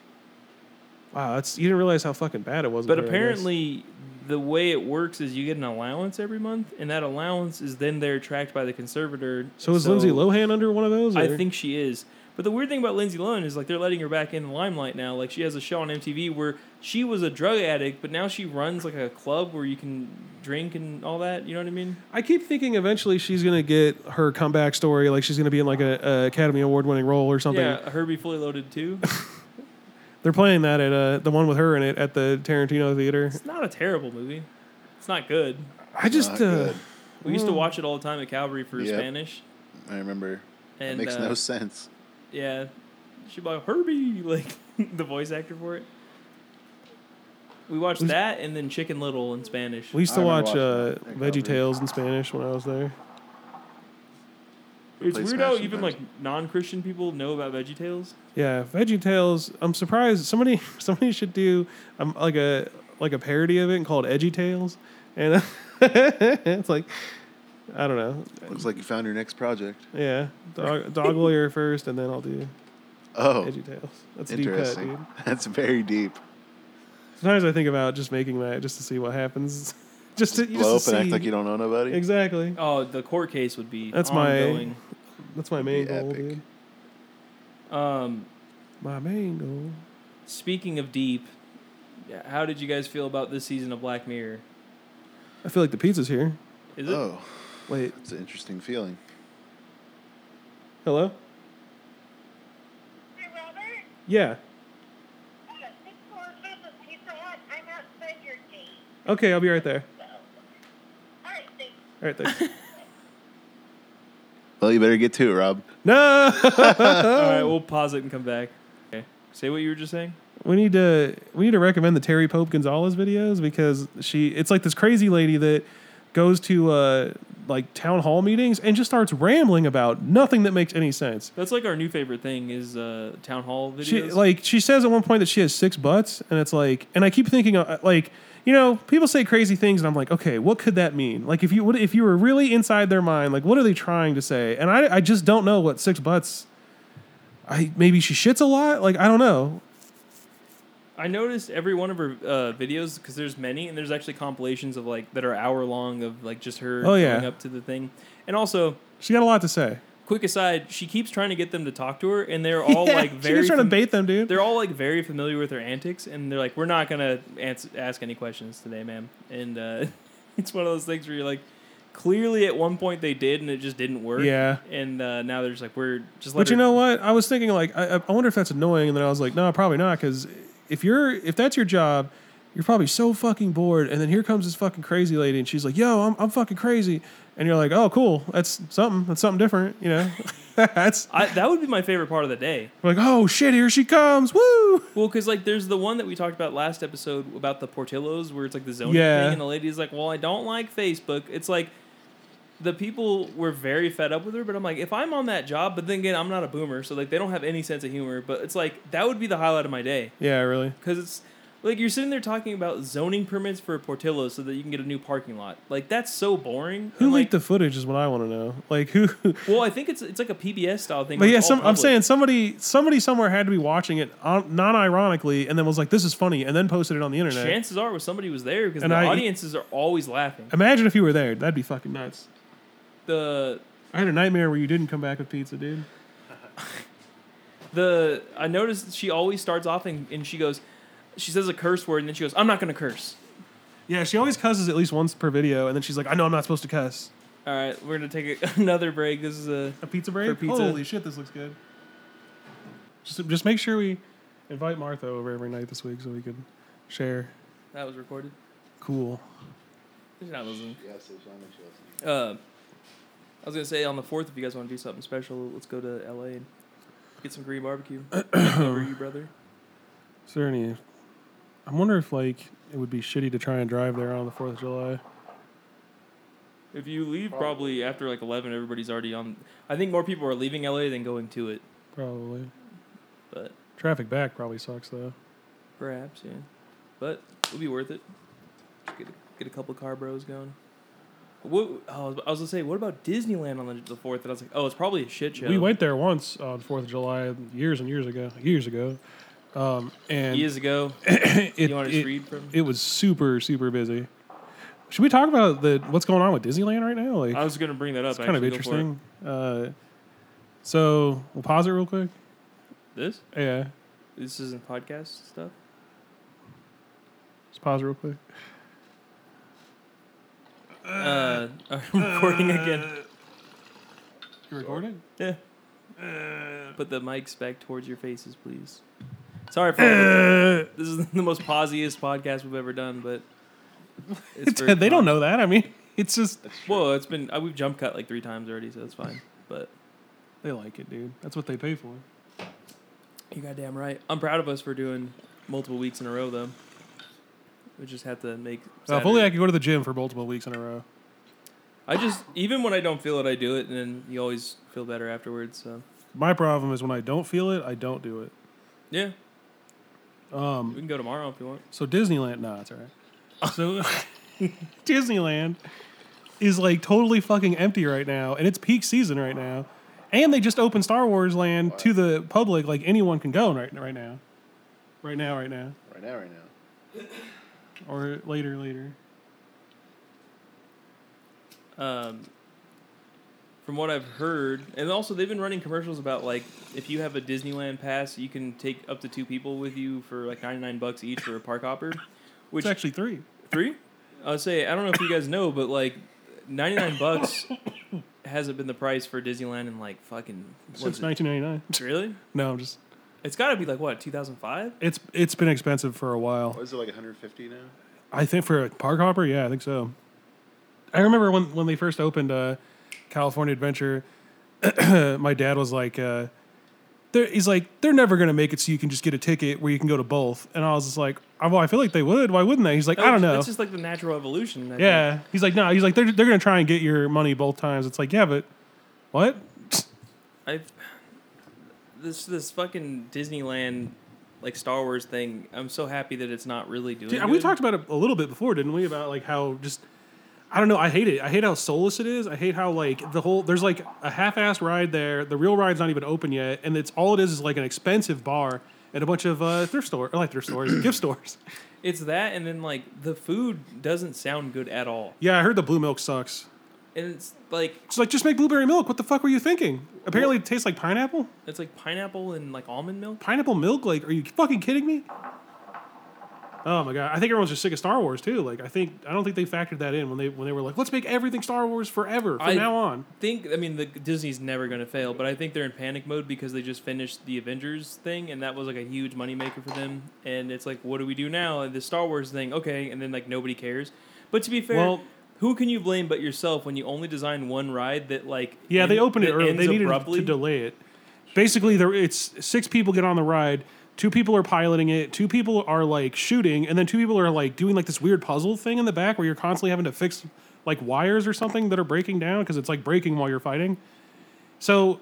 Wow, that's you didn't realize how fucking bad it was.
But
for her, I guess.
apparently, the way it works is you get an allowance every month, and that allowance is then they're tracked by the conservator.
So is Lindsay Lohan under one of those?
I
or-
think she is. But the weird thing about Lindsay Lohan is like they're letting her back in the limelight now. Like she has a show on MTV where she was a drug addict, but now she runs like a club where you can drink and all that. You know what I mean?
I keep thinking eventually she's gonna get her comeback story. Like she's gonna be in like a, a Academy Award winning role or something.
Yeah, Herbie Fully Loaded too.
They're playing that at uh, the one with her in it at the Tarantino Theater.
It's not a terrible movie. It's not good.
I just
Not
uh,
good.
We used to watch it all the time at Calvary for
Yep.
Spanish,
I remember.
and
it makes
uh,
no sense.
yeah, she'd be like Herbie, like the voice actor for it. We watched
We-
that and then Chicken Little in Spanish.
we used to
I remember
watch
watching
uh,
that.
Veggie Tales in Spanish when I was there.
it's
played
weird
Smash
how even
sometimes.
like non-Christian people know about VeggieTales.
Yeah, Veggie Tales. I'm surprised somebody somebody should do um, like a like a parody of it called Edgy Tales, and it's like I don't know.
Looks like you found your next project.
Yeah, dog, dog lawyer first, and then I'll do
Oh,
Edgy Tales. That's a deep cut,
interesting.
dude.
That's very deep.
Sometimes I think about just making that just to see what happens. just to,
Blow up
just to
and act
see.
like you don't know nobody.
Exactly.
Oh, the court case would be
That's my-
ongoing.
That's my main
Be
goal,
epic.
dude.
Um,
My main goal.
speaking of deep, how did you guys feel about this season of Black Mirror?
I feel like the pizza's here.
Is it?
Oh,
Wait,
it's an interesting feeling.
Hello?
Hey, Robert.
Yeah.
Uh, six four seven Pizza Hut. I'm outside your gate.
Okay, I'll be right there.
So, all right, thanks.
All right, thanks.
Well, you better get to it, Rob.
no.
All right, we'll pause it and come back. Okay. Say what you were just saying.
we need to we need to recommend the Terry Pope Gonzalez videos because she it's like this crazy lady that goes to uh like town hall meetings and just starts rambling about nothing that makes any sense.
That's like our new favorite thing is uh, town hall videos.
She like she says at one point that she has six butts, and it's like, and I keep thinking uh, like, you know, people say crazy things, and I'm like, okay, what could that mean? Like, if you what, if you were really inside their mind, like, what are they trying to say? And I I just don't know what six butts. I maybe she shits a lot. Like I don't know.
I noticed every one of her uh, videos because there's many, and there's actually compilations of like that are hour long of like just her
Oh, yeah.
going up to the thing. And also,
She got a lot to say.
quick aside, she keeps trying to get them to talk to her, and they're all
Yeah,
like
she
very
keeps trying to
fam-
bait them, dude.
They're all like very familiar with her antics, and they're like, "We're not gonna ans- ask any questions today, ma'am." And uh, it's one of those things where you're like, clearly at one point they did, and it just didn't work.
Yeah.
And uh, now they're just like, "We're just." Let
But you
her-
know what? I was thinking like, I, I wonder if that's annoying, and then I was like, no, probably not, because if you're if that's your job, you're probably so fucking bored, and then here comes this fucking crazy lady, and she's like, yo, I'm I'm fucking crazy, and you're like, oh, cool, that's something, that's something different, you know? that's
I, that would be my favorite part of the day.
like, oh shit, here she comes, woo!
Well, because like there's the one that we talked about last episode about the Portillos, where it's like the zoning
Yeah.
thing, and the lady's like, "Well, I don't like Facebook." It's like the people were very fed up with her, but I'm like, if I'm on that job, but then again, I'm not a boomer, so like they don't have any sense of humor. But it's like that would be the highlight of my day
Yeah, really.
because it's like you're sitting there talking about zoning permits for Portillos so that you can get a new parking lot. Like that's so boring.
Who
and, like,
leaked the footage is what I want to know. Like who?
Well, I think it's it's like a PBS style thing.
But
where
yeah,
it's all
some, I'm
public.
saying somebody somebody somewhere had to be watching it on, non-ironically, and then was like, this is funny, and then posted it on the internet.
chances are, somebody was there because
And
the
I-
audiences are always laughing.
Imagine if you were there. That'd be fucking nuts.
The
I had a nightmare where you didn't come back with pizza, dude.
the I noticed she always starts off and, and she goes, she says a curse word and then she goes, I'm not gonna curse.
Yeah, she always cusses at least once per video, and then she's like, "I know I'm not supposed to cuss."
All right, we're gonna take a, another break. This is a
A pizza break.
For pizza.
Holy shit, this looks good. Just, just make sure we invite Martha over every night this week so we could share.
that was recorded.
Cool.
She's not listening. Uh, I was gonna say on the fourth, if you guys want to do something special, let's go to LA and get some green barbecue. over you, brother.
Is there any? I wonder if like it would be shitty to try and drive there on the Fourth of July.
If you leave probably after like eleven, everybody's already on. I think more people are leaving LA than going to it,
Probably.
but
Traffic back probably sucks though.
perhaps yeah. But it'll be worth it. Get a, get a couple car bros going. What, oh, I was- I was gonna say, what about Disneyland on the, the fourth? And I was like, oh, it's probably a shit show.
We went there once on Fourth of July years and years ago. Years ago. Um, and
years ago.
it,
you want to
it-
just read from?
it was super super busy. Should we talk about the what's going on with Disneyland right now? Like,
I was gonna bring that up.
it's kind of
actually. Go for it.
interesting. Uh, so we'll pause it real quick.
This
Yeah,
this isn't podcast stuff.
just pause it real quick.
Uh, I'm recording again.
You recording?
Yeah. Put the mics back towards your faces, please. Sorry
Uh.
for this is the most pausiest podcast we've ever done, but it's very
they don't
fun.
know that. I mean, it's just
Well, it's been uh, we've jump cut like three times already, so it's fine. But
they like it, dude. That's what they pay for.
you goddamn right. I'm proud of us for doing multiple weeks in a row, though. We just have to make.
Uh, if only I
Saturday-
could go to the gym for multiple weeks in a row.
I just even when I don't feel it, I do it, and then you always feel better afterwards. So
My problem is when I don't feel it, I don't do it.
yeah, we
Um,
can go tomorrow if you want.
so Disneyland, nah, it's all right. So Disneyland is like totally fucking empty right now, and it's peak season right now. And they just opened Star Wars Land to the public, like anyone can go right right now, right now, right now,
Right now, right now.
or later, later.
um, from what I've heard, and also they've been running commercials about like if you have a Disneyland pass, you can take up to two people with you for like ninety nine bucks each for a park hopper, which
It's actually three.
three. I would say I don't know if you guys know, but like ninety nine bucks hasn't been the price for Disneyland in like fucking
since
what's it?
1999.
Really?
No, I'm just
It's got to be like what 2005.
it's it's been expensive for a while.
What is it like 150 now?
I think for a park hopper, yeah, I think so. I remember when when they first opened uh, California Adventure, my dad was like, uh, they're- he's like, they're never gonna make it so you can just get a ticket where you can go to both. And I was just like, "Oh, well, I feel like they would. Why wouldn't they? He's like, I don't know.
It's just like the natural evolution. I think.
yeah, he's like, no, he's like, they're they're gonna try and get your money both times. It's like, yeah, but what?
I've this this fucking Disneyland like Star Wars thing. I'm so happy that it's not really doing.
Dude, we
good.
talked about it a little bit before, didn't we? About like how just I don't know. I hate it. I hate how soulless it is. I hate how like the whole there's like a half-assed ride there. The real ride's not even open yet, and it's all it is is like an expensive bar and a bunch of uh, thrift store or like thrift stores, gift stores.
It's that, and then like the food doesn't sound good at all,
Yeah, I heard the blue milk sucks.
and it's like
It's like just make blueberry milk. What the fuck were you thinking? Apparently, it tastes like pineapple.
it's like pineapple and like almond milk.
Pineapple milk? Like, are you fucking kidding me? Oh my god! I think everyone's just sick of Star Wars too. Like, I think I don't think they factored that in when they when they were like, let's make everything Star Wars forever from
I-
now on.
Think I mean the Disney's never gonna fail, but I think they're in panic mode because they just finished the Avengers thing, and that was like a huge moneymaker for them. And it's like, what do we do now? The Star Wars thing, okay, and then like nobody cares. But to be fair.
Well-
who can you blame but yourself when you only design one ride that like
Yeah, they
end-
opened it
that
early.
ends
They needed
abruptly?
to delay it. Basically, there it's six people get on the ride. Two people are piloting it. Two people are like shooting, and then two people are like doing like this weird puzzle thing in the back where you're constantly having to fix like wires or something that are breaking down because it's like breaking while you're fighting. So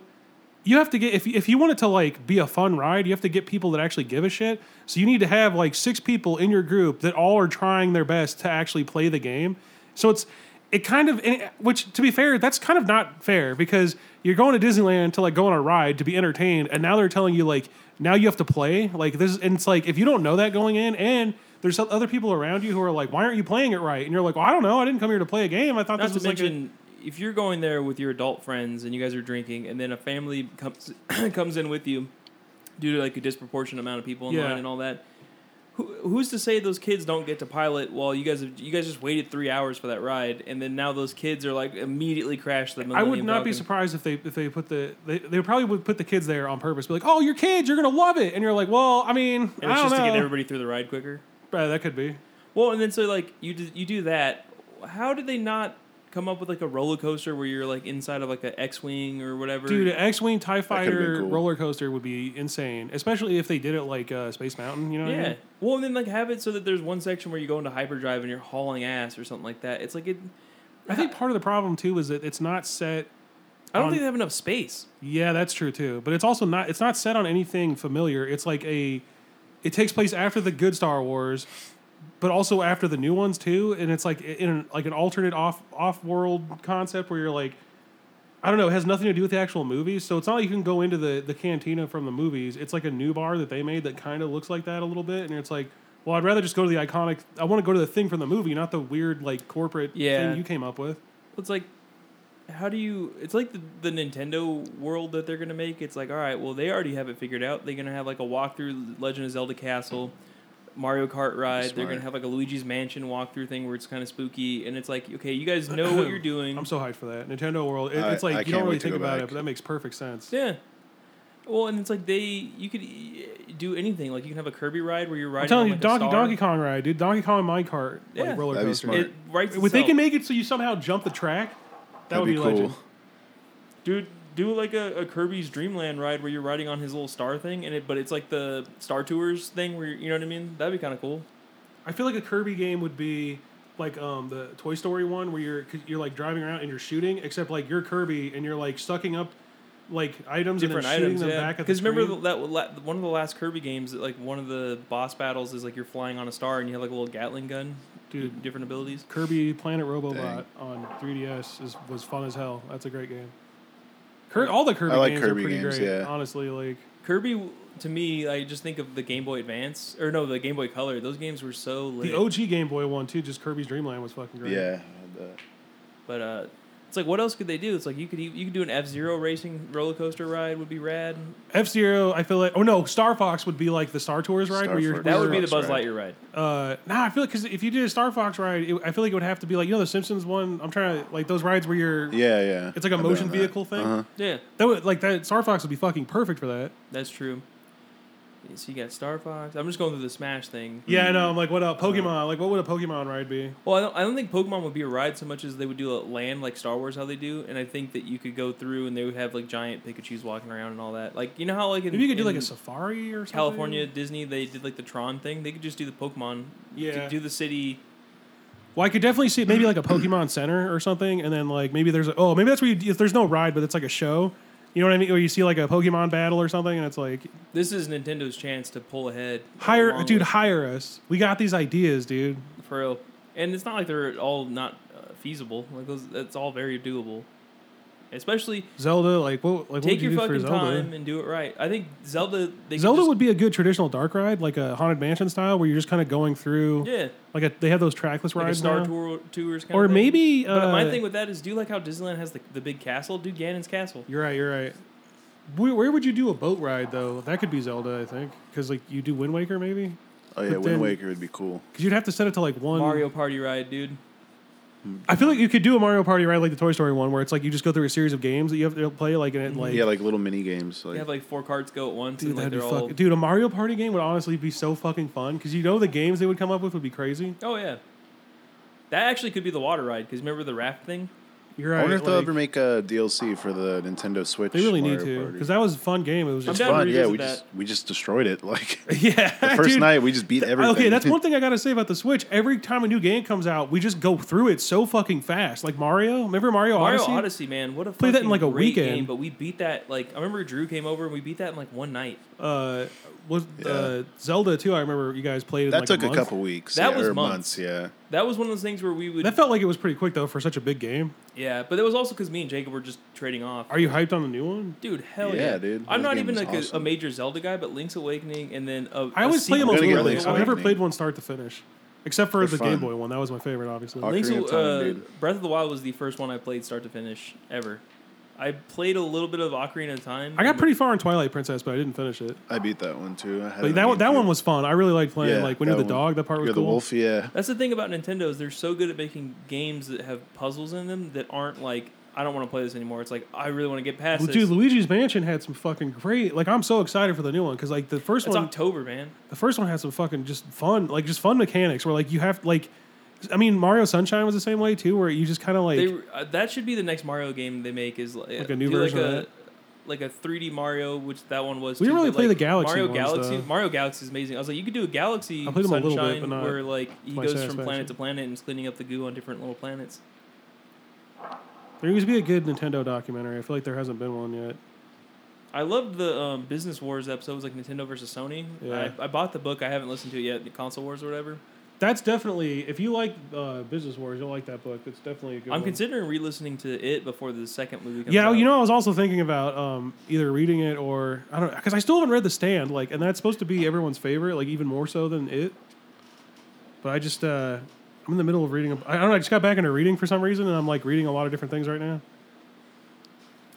you have to get if if you want it to like be a fun ride, you have to get people that actually give a shit. So you need to have like six people in your group that all are trying their best to actually play the game. So it's it kind of and it- which to be fair, that's kind of not fair because you're going to Disneyland to like go on a ride to be entertained, and now they're telling you like now you have to play like this, and it's like if you don't know that going in and there's other people around you who are like, why aren't you playing it right? And you're like, well, I don't know. I didn't come here to play a game. I thought
Not
this
to
was like a,
mention, if you're going there with your adult friends and you guys are drinking, and then a family comes comes in with you, due to like a disproportionate amount of people in
Yeah.
line and all that. Who, who's to say those kids don't get to pilot while you guys have, you guys just waited three hours for that ride, and then now those kids are like immediately crash the.
I
Millennium
would not be
Falcon.
surprised if they if they put the they, they probably would put the kids there on purpose. Be like, oh, your kids, you're gonna love it, and you're like, well, I mean,
And
I
it's
don't
just
know.
to get everybody through the ride quicker.
Uh, that could be.
Well, and then so like you do, you do that. How did they not come up with like a roller coaster where you're like inside of like a X-wing or whatever?
Dude, an X-wing Tie
could've been
Fighter
cool.
roller coaster would be insane, especially if they did it like uh, Space Mountain. You know? what I
Yeah.
mean?
Well, and then like have it so that there's one section where you go into hyperdrive and you're hauling ass or something like that. It's like it.
I think part of the problem too is that it's not set.
I don't
On-
think they have enough space.
Yeah, that's true too. But it's also not it's not set on anything familiar. It's like a it takes place after the good Star Wars, but also after the new ones too. And it's like in an, like an alternate off off world concept where you're like, I don't know, it has nothing to do with the actual movies. So it's not like you can go into the the cantina from the movies. It's like a new bar that they made that kind of looks like that a little bit. And it's like, well, I'd rather just go to the iconic. I want to go to the thing from the movie, not the weird like corporate
Yeah.
thing you came up with.
It's like, how do you? It's like the, the Nintendo world that they're gonna make. It's like, all right, well they already have it figured out. They're gonna have like a walkthrough Legend of Zelda castle, Mario Kart ride. They're
Smart.
gonna have like a Luigi's Mansion walkthrough thing where it's kind of spooky. And it's like, okay, you guys know what you're doing.
I'm so hyped for that Nintendo World. It,
I-
it's like
I
you don't
can't
really
wait to
think
go
about it,
back.
but that makes perfect sense.
yeah. Well, and it's like they you could eh, do anything. Like you can have a Kirby ride where you're riding.
I'm telling
on,
you,
like, a
Donkey
star.
Donkey Kong ride, dude. Donkey Kong minecart,
Yeah.
like roller
That'd be
coaster.
smart.
It writes
if they
itself.
can make it so you somehow jump the track, that would be, legend.
Dude, do like a, a Kirby's Dreamland ride where you're riding on his little star thing, and it but it's like the Star Tours thing where you're- you know what I mean. That'd be kind of cool.
I feel like a Kirby game would be like um, the Toy Story one, where you're 'cause you're like driving around and you're shooting, except like you're Kirby and you're like sucking up like items
Different
and then shooting
items,
them
yeah.
back at the
Because remember
screen.
the- that la- one of the last Kirby games, like one of the boss battles is like you're flying on a star and you have like a little Gatling gun,
Dude.
different abilities.
Kirby Planet Robobot
Dang.
on 3DS is, was fun as hell. That's a great game. Kir- all the Kirby
I like
games
Kirby
are pretty
games,
great.
yeah.
Honestly, like
Kirby, to me, I just think of the Game Boy Advance or no, the Game Boy Color. Those games were so lit.
the OG Game Boy one too. Just Kirby's Dreamland was fucking great.
Yeah.
But uh, It's like what else could they do? It's like you could e- you could do an F Zero racing roller coaster ride would be rad.
F Zero, I feel like. Oh no, Star Fox would be like the Star Tours ride
Star
where you're.
Fox.
That
where
would
you're-
be the Buzz
Rock's ride.
Lightyear ride.
Uh, nah, I feel like because if you did a Star Fox ride, it, I feel like it would have to be like you know the Simpsons one. I'm trying to like those rides where you're.
Yeah, yeah.
It's like a
I've
motion
done that.
vehicle thing.
Uh-huh.
Yeah,
That would like that Star Fox would be fucking perfect for that.
that's true. Yeah, So you got Star Fox. I'm just going through the Smash thing.
Yeah, I know. I'm like, what a
Uh-huh.
Pokemon? Like, what would a Pokemon ride be?
Well, I don't, I don't think Pokemon would be a ride so much as they would do a land like Star Wars how they do, and I think that you could go through and they would have like giant Pikachu's walking around and all that. Like you know how like in,
Maybe you could do like
in
a safari or something.
California Disney they did like the Tron thing. They could just do the Pokemon. You
Yeah.
could do the city.
Well, I could definitely see maybe like a Pokemon Center or something, and then like maybe there's a, oh maybe that's where you if there's no ride, but it's like a show. You know what I mean? Where you see like a Pokemon battle or something, and it's like
This is Nintendo's chance to pull ahead.
hire
along
dude,
with-
hire us. We got these ideas, dude.
for real. And it's not like they're all not uh, feasible. Like those, that's all very doable. Especially
Zelda, like what like what would
take
you
your
do for
fucking
Zelda?
time and do it right. I think Zelda. They could
Zelda
just,
would be a good traditional dark ride, like a haunted mansion style, where you're just kind of going through.
yeah,
Like a, they have those trackless
like a
rides
Star
now.
Tour tours kind
or
of thing.
maybe.
But
uh,
my thing with that is, do you like how Disneyland has the, the big castle? Do Ganon's castle.
You're right. You're right. Where, where would you do a boat ride though? That could be Zelda, I think, because like you do Wind Waker maybe,
Oh yeah,
But
Wind
then-
Waker would be cool.
because you'd have to set it to like one.
Mario Party ride, dude.
I feel like you could do a Mario Party ride like the Toy Story one, where it's like you just go through a series of games that you have to play, like and it, like
yeah, like little mini games. Like,
They have like four carts go at once,
dude,
and Mm-hmm. like
that'd
they're
be
all.
fuck- dude, a Mario Party game would honestly be so fucking fun because you know the games they would come up with would be crazy.
Oh yeah, that actually could be the water ride because remember the raft thing.
You're right.
I wonder if they'll
like,
ever make a DLC for the Nintendo Switch.
they really
Mario
need to
Party.
because that was a fun game. It was
I'm
just
down to
fun. Yeah,
revisit
we
that.
just we just destroyed it. Like
yeah.
the first
dude.
night, we just beat everything.
Okay, that's one thing I gotta say about the Switch. Every time a new game comes out, we just go through it so fucking fast. Like Mario, remember Mario,
Mario
Odyssey?
Odyssey, man, what a
Played that
fucking
in, like, a
great
weekend.
Game, but we beat that like I remember Drew came over and we beat that in like one night.
uh, was
Yeah.
uh, Zelda too. I remember you guys played. In
that
like
took
a,
a,
month.
couple weeks.
That
yeah,
was
or
months.
months. Yeah,
That was one of those things where we would
That felt like it was pretty quick though for such a big game.
yeah, but that was also because me and Jacob were just trading off.
Are you hyped on the new one?
Dude, hell yeah,
Yeah, dude.
I'm
That
not
game
even
was
like a- a,
awesome.
major Zelda guy, but Link's Awakening and then a,
I
a
always play them
sequel
on
gonna
to
get
Blu-ray.
Link's
Link's
I've never
Awakening.
played one start to finish, except for
They're
the
fun.
Game Boy one. That was my favorite, obviously.
Awesome.
Link's
Ocarina of Time,
uh,
dude.
Breath of the Wild was the first one I played start to finish ever. I played a little bit of Ocarina of Time.
I got
and-
pretty far in Twilight Princess, but I didn't finish it.
I beat that one too. I had it
But
on
that one, that
GameCube.
one was fun. I really liked playing.
Yeah,
like when you're the
that one.
dog, that part was
You're
cool.
the wolf. Yeah,
That's the thing about Nintendo is they're so good at making games that have puzzles in them that aren't like I don't want to play this anymore. It's like I really want to get past
Well,
this.
dude, Luigi's Mansion had some fucking great. Like I'm so excited for the new one because like the first
it's
one,
October, man.
the first one had some fucking just fun, like just fun mechanics where like you have like, I mean Mario Sunshine was the same way too, where you just kind of like
They uh, that should be the next Mario game they make is like,
a new
do
version
like
of
a,
it.
Like a 3D Mario, which that one was.
We
too,
didn't really
but,
play
like,
the Galaxy
Mario
ones,
Galaxy.
though.
Mario Galaxy is amazing. I was like, you could do a Galaxy
I played them a
Sunshine
little bit, but not
where like he
to my
goes from
satisfaction.
planet to planet and is cleaning up the goo on different little planets.
there needs to be a good Nintendo documentary. I feel like there hasn't been one yet.
I loved the um, Business Wars episodes, like Nintendo versus Sony.
Yeah.
I, I bought the book. I haven't listened to it yet. The Console Wars or whatever.
That's definitely if you like uh, Business Wars, you'll like that book. It's definitely a good.
I'm
one.
considering re-listening to it before the second movie comes
Yeah,
out.
you know, I was also thinking about um, either reading it or I don't because I still haven't read The Stand, like, and that's supposed to be everyone's favorite, like even more so than it. But I just uh, I'm in the middle of reading. a- I I don't know. I just got back into reading for some reason, and I'm like reading a lot of different things right now.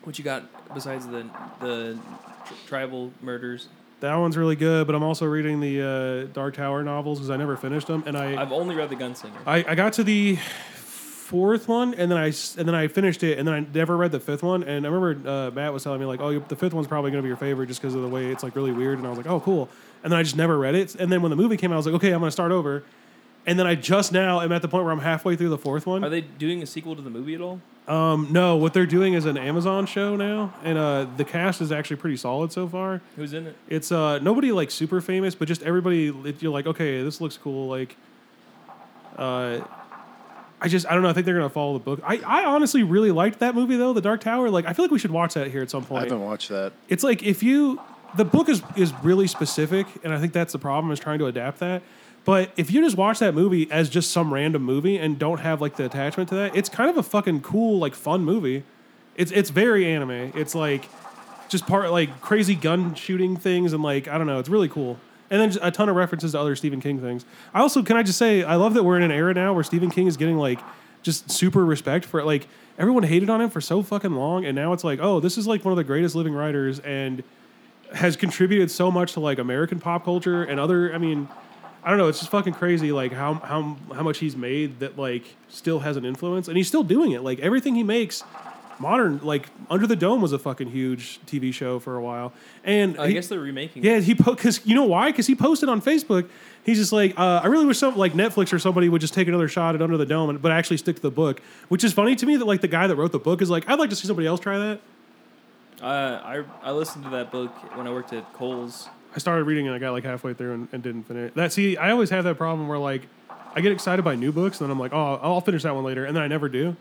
what you got besides the the tr- tribal murders.
That one's really good, but I'm also reading the uh, Dark Tower novels because I never finished them, and I
I've only read the Gunslinger.
I, I got to the fourth one and then I s- and then I finished it and then I never read the fifth one and I remember uh, Matt was telling me like oh you- the fifth one's probably gonna be your favorite just because of the way it's like really weird and I was like oh cool and then I just never read it and then when the movie came out I was like okay I'm gonna start over and then I just now am at the point where I'm halfway through the fourth one
Are they doing a sequel to the movie at all?
um no what they're doing is an Amazon show now and uh the cast is actually pretty solid so far
Who's in it?
it's uh nobody like super famous, but just everybody. If you're like, okay, this looks cool. Like, uh, I just I don't know. I think they're gonna follow the book. I I honestly really liked that movie though, The Dark Tower. Like, I feel like we should watch that here at some
I
point.
haven't watched that.
It's like if you the book is is really specific, and I think that's the problem is trying to adapt that. But if you just watch that movie as just some random movie and don't have like the attachment to that, it's kind of a fucking cool like fun movie. It's it's very anime. It's like just part like crazy gun shooting things and like I don't know, it's really cool. And then just a ton of references to other Stephen King things. I also can I just say I love that we're in an era now where Stephen King is getting like just super respect for it. Like everyone hated on him for so fucking long, and now it's like, oh, this is like one of the greatest living writers, and has contributed so much to like American pop culture and other. I mean, I don't know. It's just fucking crazy, like how how how much he's made that like still has an influence, and he's still doing it. Like everything he makes, modern like Under the Dome was a fucking huge TV show for a while, and
I
he-
guess they're remaking. it.
yeah, he po- cause you know why? Cause he posted on Facebook. He's just like, uh, I really wish some like Netflix or somebody would just take another shot at Under the Dome, and, but actually stick to the book. Which is funny to me that like the guy that wrote the book is like, I'd like to see somebody else try that.
Uh, I I listened to that book when I worked at Cole's.
I started reading and I got like halfway through and, and didn't finish. That see, I always have that problem where like I get excited by new books and then I'm like, oh, I'll finish that one later, and then I never do.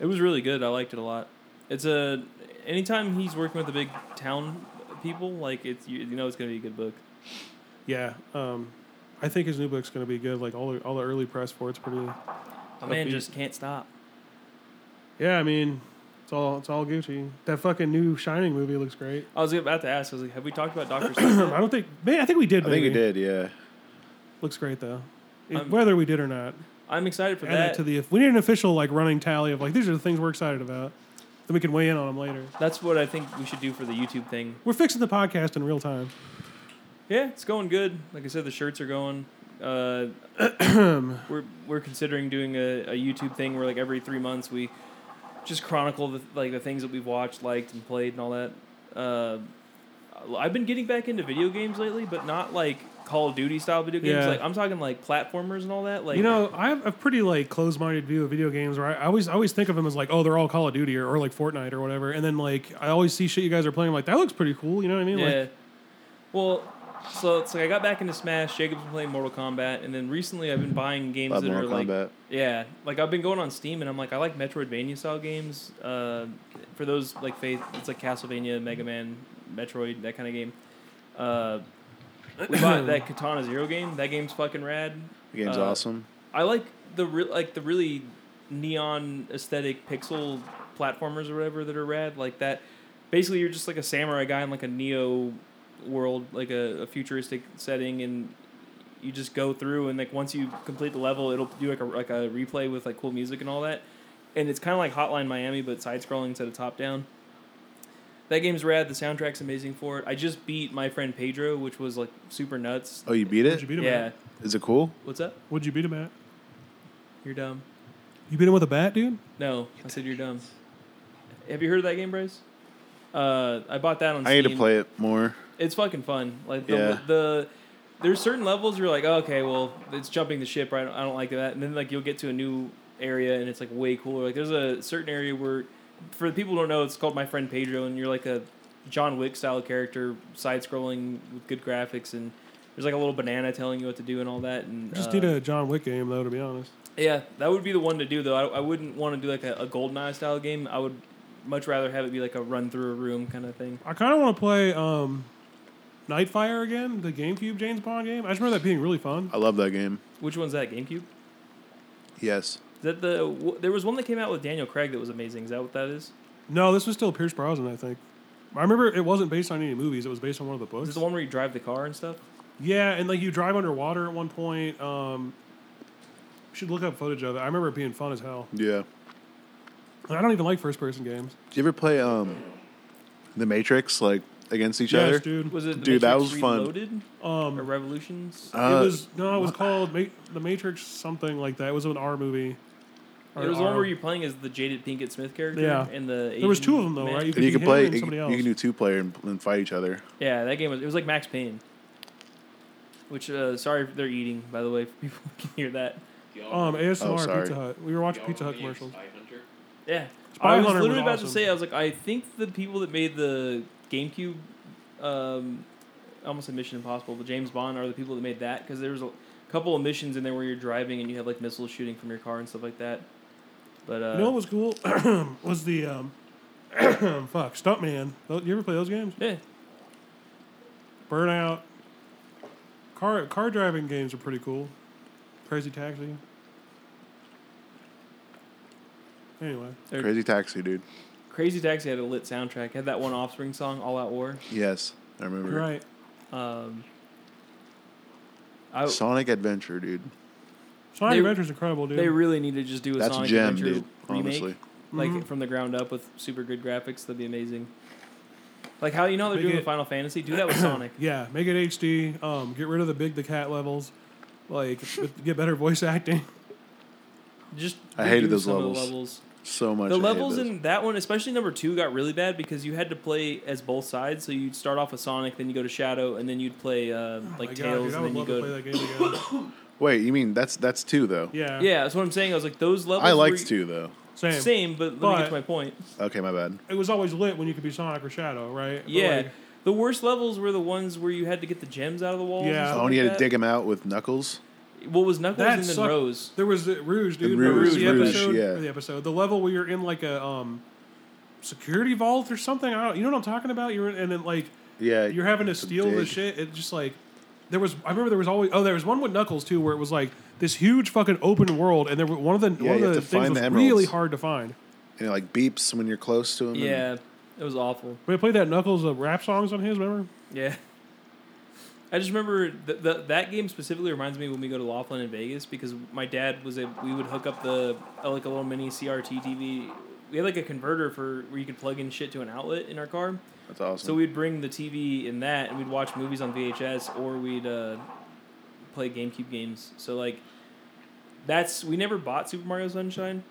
It was really good. I liked it a lot. It's a anytime he's working with the big town people, like it's you, you know it's gonna be a good book.
Yeah, um, I think his new book's gonna be good. Like all the all the early press for it's pretty.
My man
Upbeat.
just can't stop.
Yeah, I mean, it's all it's all Gucci. That fucking new Shining movie looks great.
I was about to ask. I was like, have we talked about Doctor Sleep?
I don't think. Man, I think we did.
I think
maybe.
it did, yeah.
Looks great though. It-
I'm-
whether we did or not,
I'm excited Um, for
add that
that.
to the. We need an official like running tally of like these are the things we're excited about. Then we can weigh in on them later.
That's what I think we should do for the YouTube thing.
We're fixing the podcast in real time.
Yeah, it's going good. Like I said, the shirts are going. Uh, we're we're considering doing a, a YouTube thing where like every three months we just chronicle the like the things that we've watched, liked, and played, and all that. Uh, I've been getting back into video games lately, but not like Call of Duty style video games.
Yeah.
Like I'm talking like platformers and all that. Like
You know, I have a pretty like closed-minded view of video games. Where I I always I always think of them as like, oh, they're all Call of Duty or, or like Fortnite or whatever. And then like I always see shit you guys are playing. I'm like, that looks pretty cool. You know what I mean?
Yeah.
Like,
well, so it's like I got back into Smash. Jacob's been playing Mortal Kombat, and then recently I've been buying games
Love
that
Mortal
are like
Kombat.
yeah, like I've been going on Steam, and I'm like I like Metroidvania style games. Uh, for those like faith, it's like Castlevania, Mega Man, Metroid, that kind of game. Uh, we bought that Katana Zero game. That game's fucking rad.
The game's
Uh,
awesome.
I like the re- like the really neon aesthetic pixel platformers or whatever that are rad like that. Basically, you're just like a samurai guy in like a neo world, like a, a futuristic setting, and you just go through and like once you complete the level, it'll do like a like a replay with like cool music and all that. And it's kind of like Hotline Miami, but side scrolling instead of top down. That game's rad. The soundtrack's amazing for it. I just beat my friend Pedro, which was like super nuts.
Oh, you beat
What'd
it?
you beat him
Yeah.
at?
Is it cool?
What's up?
What'd you beat him at?
You're dumb.
You beat him with a bat, dude.
No, I said you're dumb. Have you heard of that game, Bryce? Uh, I bought that on.
I need to
Steam.
play it more.
It's fucking fun. Like the,
Yeah.
the there's certain levels you're like, "Oh, okay, well, it's jumping the ship. Right? I don't, I don't like that. And then like you'll get to a new area and it's like way cooler. Like there's a certain area where, for the people who don't know, it's called My Friend Pedro, and you're like a John Wick style character, side scrolling with good graphics, and there's like a little banana telling you what to do and all that. And
I just
uh,
need a John Wick game though, to be honest.
yeah, that would be the one to do though. I, I wouldn't want to do like a, a Goldeneye style game. I would much rather have it be like a run through a room kind of thing.
I kind of want to play um, Nightfire again, the GameCube James Bond game. I just remember that being really fun.
I love that game.
Which one's that? GameCube?
Yes.
Is that the w- there was one that came out with Daniel Craig that was amazing. Is that what that is?
No, this was still Pierce Brosnan, I think. I remember it wasn't based on any movies. It was based on one of the
Is
books.
it the one where you drive the car and stuff?
Yeah, and like you drive underwater at one point. Um, you should look up footage of it. I remember it being fun as hell.
Yeah.
And I don't even like first person games.
Do you ever play um, The Matrix, like, against each other?
Yes, dude.
Was it the
Dude, that
Matrix
was fun.
Reloaded or
Um,
Revolutions?
Uh,
it was no, it was called Ma- The Matrix, something like that. It was an R movie. Or
it was the
R-
one where you're playing as the Jaded Pinkett Smith character.
uh, Yeah.
And the
There was
Asian
two of them though,
man.
right?
And you
be
can
him
play,
and
you,
somebody
you
else.
can do two player and, and fight each other.
Yeah, that game was it was like Max Payne. Which uh, sorry if they're eating by the way for people who can hear that.
um ASMR
Oh, sorry.
Pizza Hut. We were watching Pizza Hut commercials.
Yeah.
Spy
I was
Hunter was
literally about to
awesome.
say, I was like, I think the people that made the GameCube, um, I almost said Mission Impossible, but James Bond are the people that made that because there was a couple of missions in there where you're driving and you have like missiles shooting from your car and stuff like that. But uh,
you know what was cool was the um, fuck Stuntman. Tho- You ever play those games?
yeah,
Burnout. Car car driving games are pretty cool. Crazy Taxi. Anyway,
Or-
Crazy Taxi, dude.
Crazy Taxi had a lit soundtrack. Had that one Offspring song, All Out War.
Yes. I remember.
you're right.
Um, I,
Sonic Adventure, Oh. dude.
Sonic
They-
Adventure's incredible, dude.
They really need to just do a
That's a
Sonic
gem,
Adventure
dude.
remake,
Honestly.
like
Mhm.
from the ground up with super good graphics. That'd be amazing. Like how you know how they're
Make
doing
it-
with Final Fantasy? Do that with Sonic.
yeah, make it HD. Um, get rid of the big the cat levels. Like, get better voice acting.
Just
I hated
redo
those
some of the
levels.
levels.
So much.
The
I hate
levels
those.
in that one, especially number two, got really bad because you had to play as both sides. So you'd start off with Sonic, then you go to Shadow, and then you'd play uh, like
Oh My
Tails,
God, dude, I
and
would
then you
love to
go.
play
To,
that game again.
Wait, you mean that's that's two though?
Yeah,
yeah, that's what I'm saying. I was like, those levels.
I
were,
liked two though.
same.
Same, but let me
But-
get to my point.
Okay, my bad.
It was always lit when you could be Sonic or Shadow, right? But,
Yeah,
like,
the worst levels were the ones where you had to get the gems out of the walls. and
Yeah.
stuff
Oh, and you
like
had to
that.
dig him out with knuckles.
What was Knuckles
That
and then
sucked.
Rose?
There was the Rouge, dude.
The
remember
Rouge,
the
Rouge,
episode,
yeah.
or the episode, the level where you're in like a um, security vault or something. I don't, you know what I'm talking about? You're in, and then like
Yeah,
you're having to
to
steal the
dig.
shit. It just like there was. I remember there was always. Oh, there was one with Knuckles too, where it was like this huge fucking open world, and there were one of the
Yeah,
one
you have
of the
to
things
find
was
the
really
emeralds.
hard to find.
and it like beeps when you're close to him. and-
Yeah, it was awful.
We played that Knuckles uh, rap songs on his. Remember?
Yeah. I just remember th- th- that game specifically reminds me when we go to Laughlin in Vegas because my dad was a we would hook up the uh, like a little mini CRT TV. We had like a converter for where you could plug in shit to an outlet in our car.
that's awesome.
So we'd bring the TV in that and we'd watch movies on VHS or we'd uh, play GameCube games. So like that's we never bought Super Mario Sunshine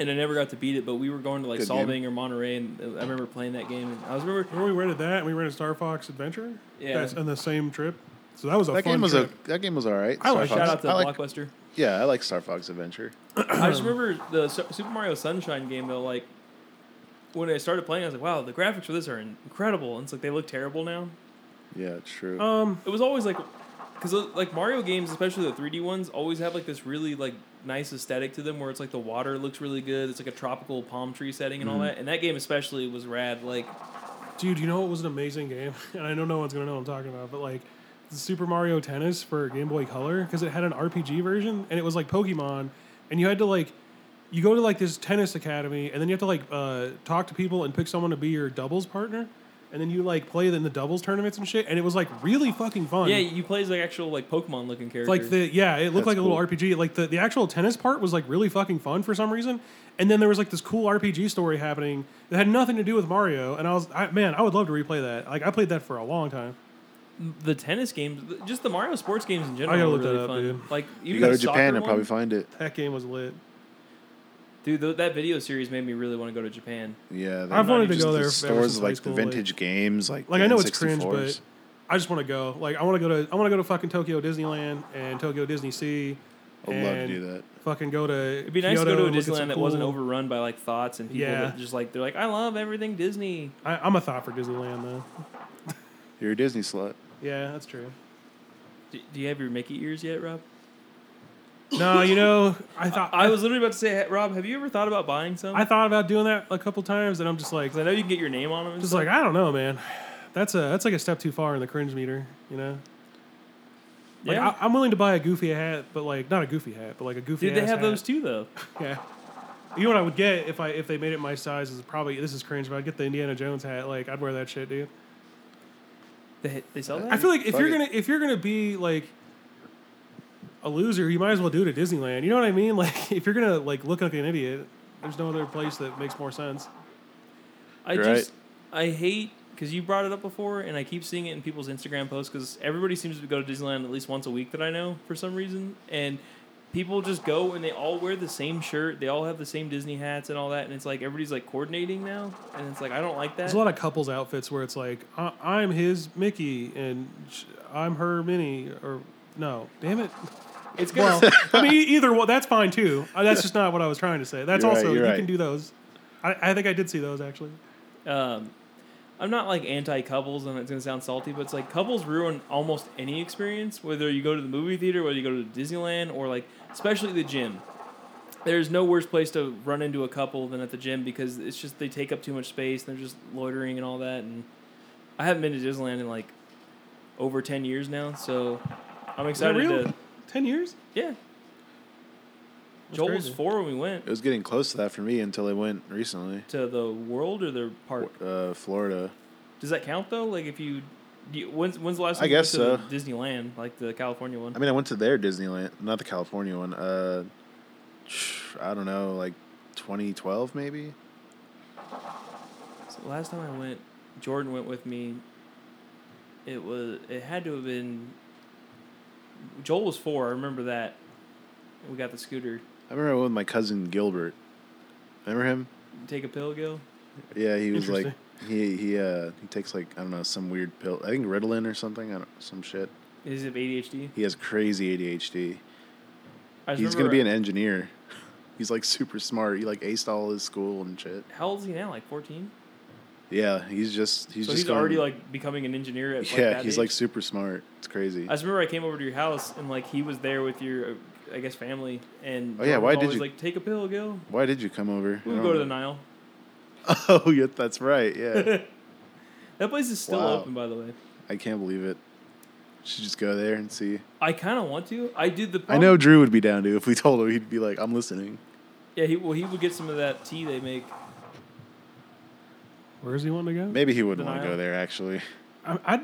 and I never got to beat it, but we were going to like
Good game.
Solving or Monterey and uh, I remember playing that game and I was remember
Remember we rented that, and we rented Star Fox Adventure.
Yeah.
That's on the same trip. So that was a
that
fun
game was
trip.
a that game was all right.
I like-
Star
shout
Fox.
out to
I like,
Blockbuster.
yeah, I like Star Fox Adventure.
I just remember the Su- Super Mario Sunshine game though, like when I started playing, I was like, "Wow, the graphics for this are incredible!" And it's like they look terrible now.
Yeah, true.
um,
It was always like, because like Mario games, especially the 3D ones, always have like this really like nice aesthetic to them, where it's like the water looks really good. It's like a tropical palm tree setting
Mm-hmm.
and all that. And that game especially was rad. Like,
dude, you know it was an amazing game, and I know no one's gonna know what I'm talking about, but like Super Mario Tennis for Game Boy Color because it had an RPG version, and it was like Pokemon, and you had to like. You go to like this tennis academy, and then you have to like uh, talk to people and pick someone to be your doubles partner, and then you like play in the doubles tournaments and shit. And it was like really fucking fun.
yeah, you play as like actual like Pokemon looking character.
Like the yeah, it looked
That's
like a little
cool.
RPG. Like the, the actual tennis part was like really fucking fun for some reason. And then there was like this cool RPG story happening that had nothing to do with Mario. And I was I, man, I would love to replay that. Like I played that for a long time.
the tennis games, th- just the Mario sports games in general.
I gotta
were
look that
really
up,
fun.
dude.
Like even
you go
the
to
soccer
Japan, you'll
one-
probably find it.
That game was lit.
dude. Th- that video series made me really want to go to Japan.
Yeah, they-
I've wanted to
just
go
the
there ever since
Stores of,
high
like
school,
the
like-
vintage games, like
Like
the
I know it's cringe,
N64s.
but I just want to go. Like I want to go to I want to go to fucking Tokyo Disneyland and Tokyo Disney Sea.
I'd love to
and
do that.
Fucking go to.
It'd be nice to go to a Disneyland that wasn't overrun by like thoughts and people
Yeah.
that just like they're like, I love everything Disney.
I, I'm a thought for Disneyland though.
You're a Disney slut.
Yeah, that's true.
Do, do you have your Mickey ears yet, Rob?
no, you know I thought
I was literally about to say, hey, Rob, have you ever thought about buying some?
I thought about doing that a couple times, and I'm just like,
'Cause I know you can get your name on them. And
just
stuff.
like I don't know, man. That's a that's like a step too far in the cringe meter, you know. Like,
yeah.
I, I'm willing to buy a goofy hat, but like not a goofy hat, but like a goofy.
Dude, they
ass
have
hat.
those too though.
Yeah. You know what I would get if I if they made it my size is probably this is cringe, but I'd get the Indiana Jones hat. Like I'd wear that shit, dude.
They, they sell that.
I feel like if
Fuck
you're
it.
gonna if you're gonna be like a loser, you might as well do it at Disneyland. You know what I mean? Like if you're gonna like look like an idiot, there's no other place that makes more sense.
I
You're
just I hate because you brought it up before, and I keep seeing it in people's Instagram posts because everybody seems to go to Disneyland at least once a week that I know for some reason, and people just go and they all wear the same shirt, they all have the same Disney hats and all that, and it's like everybody's like coordinating now, and it's like I don't like that.
There's a lot of couples outfits where it's like I- I'm his Mickey and sh- I'm her Minnie or no, damn it.
It's gonna
Well, I mean e-, either one. That's fine too. Uh, That's just not what I was trying to say. That's
You're right,
also
you're
you
right.
can do those. I, I think I did see those actually.
um, I'm not like anti couples, and it's gonna sound salty, but it's like couples ruin almost any experience, whether you go to the movie theater, whether you go to Disneyland, or like especially the gym. There's no worse place to run into a couple than at the gym because it's just they take up too much space and they're just loitering and all that. And I haven't been to Disneyland in like over ten years now, so I'm
Is
excited
that real?
to
Ten years?
yeah. Joel was
crazy.
four when we went
It was getting close to that for me until I went recently,
to the world or the park.
uh, Florida.
Does that count though? Like if you You, when's when's the last?
I
time you went
guess
to the
so.
Disneyland, like the California one.
I mean, I went to their Disneyland, not the California one. Uh, I don't know, like 2012 maybe.
So last time I went, Jordan went with me. It was it had to have been. Joel was four. I remember that. We got the scooter.
I remember I went with my cousin Gilbert. Remember him?
Take a pill, Gil.
Yeah, he was like
Interesting.
he he uh he takes like I don't know some weird pill. I think Ritalin or something. I don't some shit.
Is it ADHD?
He has crazy ADHD.
I just
He's gonna
remember-
be an engineer. He's like super smart. He like aced all his school and shit.
How old is he now? Like fourteen.
Yeah, he's just he's
So
just
he's already
going-
like becoming an engineer at like,
yeah
that
he's like
age?
super smart. It's crazy.
I just remember I came over to your house and like he was there with your, uh, I guess, family and.
Oh, yeah,
Jordan was
why did
always
you-
Like take a pill, Gil.
Why did you come over?
We
I
would
don't
go to the Nile.
know. Oh yeah, that's right. Yeah,
that place is still
Wow.
open, by the way.
I can't believe it. Should just go there and see.
I kind of want to. I did the.
I know Drew would be down to if we told him. He'd be like, "I'm listening."
Yeah, he well he would get some of that tea they make.
Where does he want to go?
Maybe he wouldn't
The
want to
Nile?
go there. Actually,
I, I'd,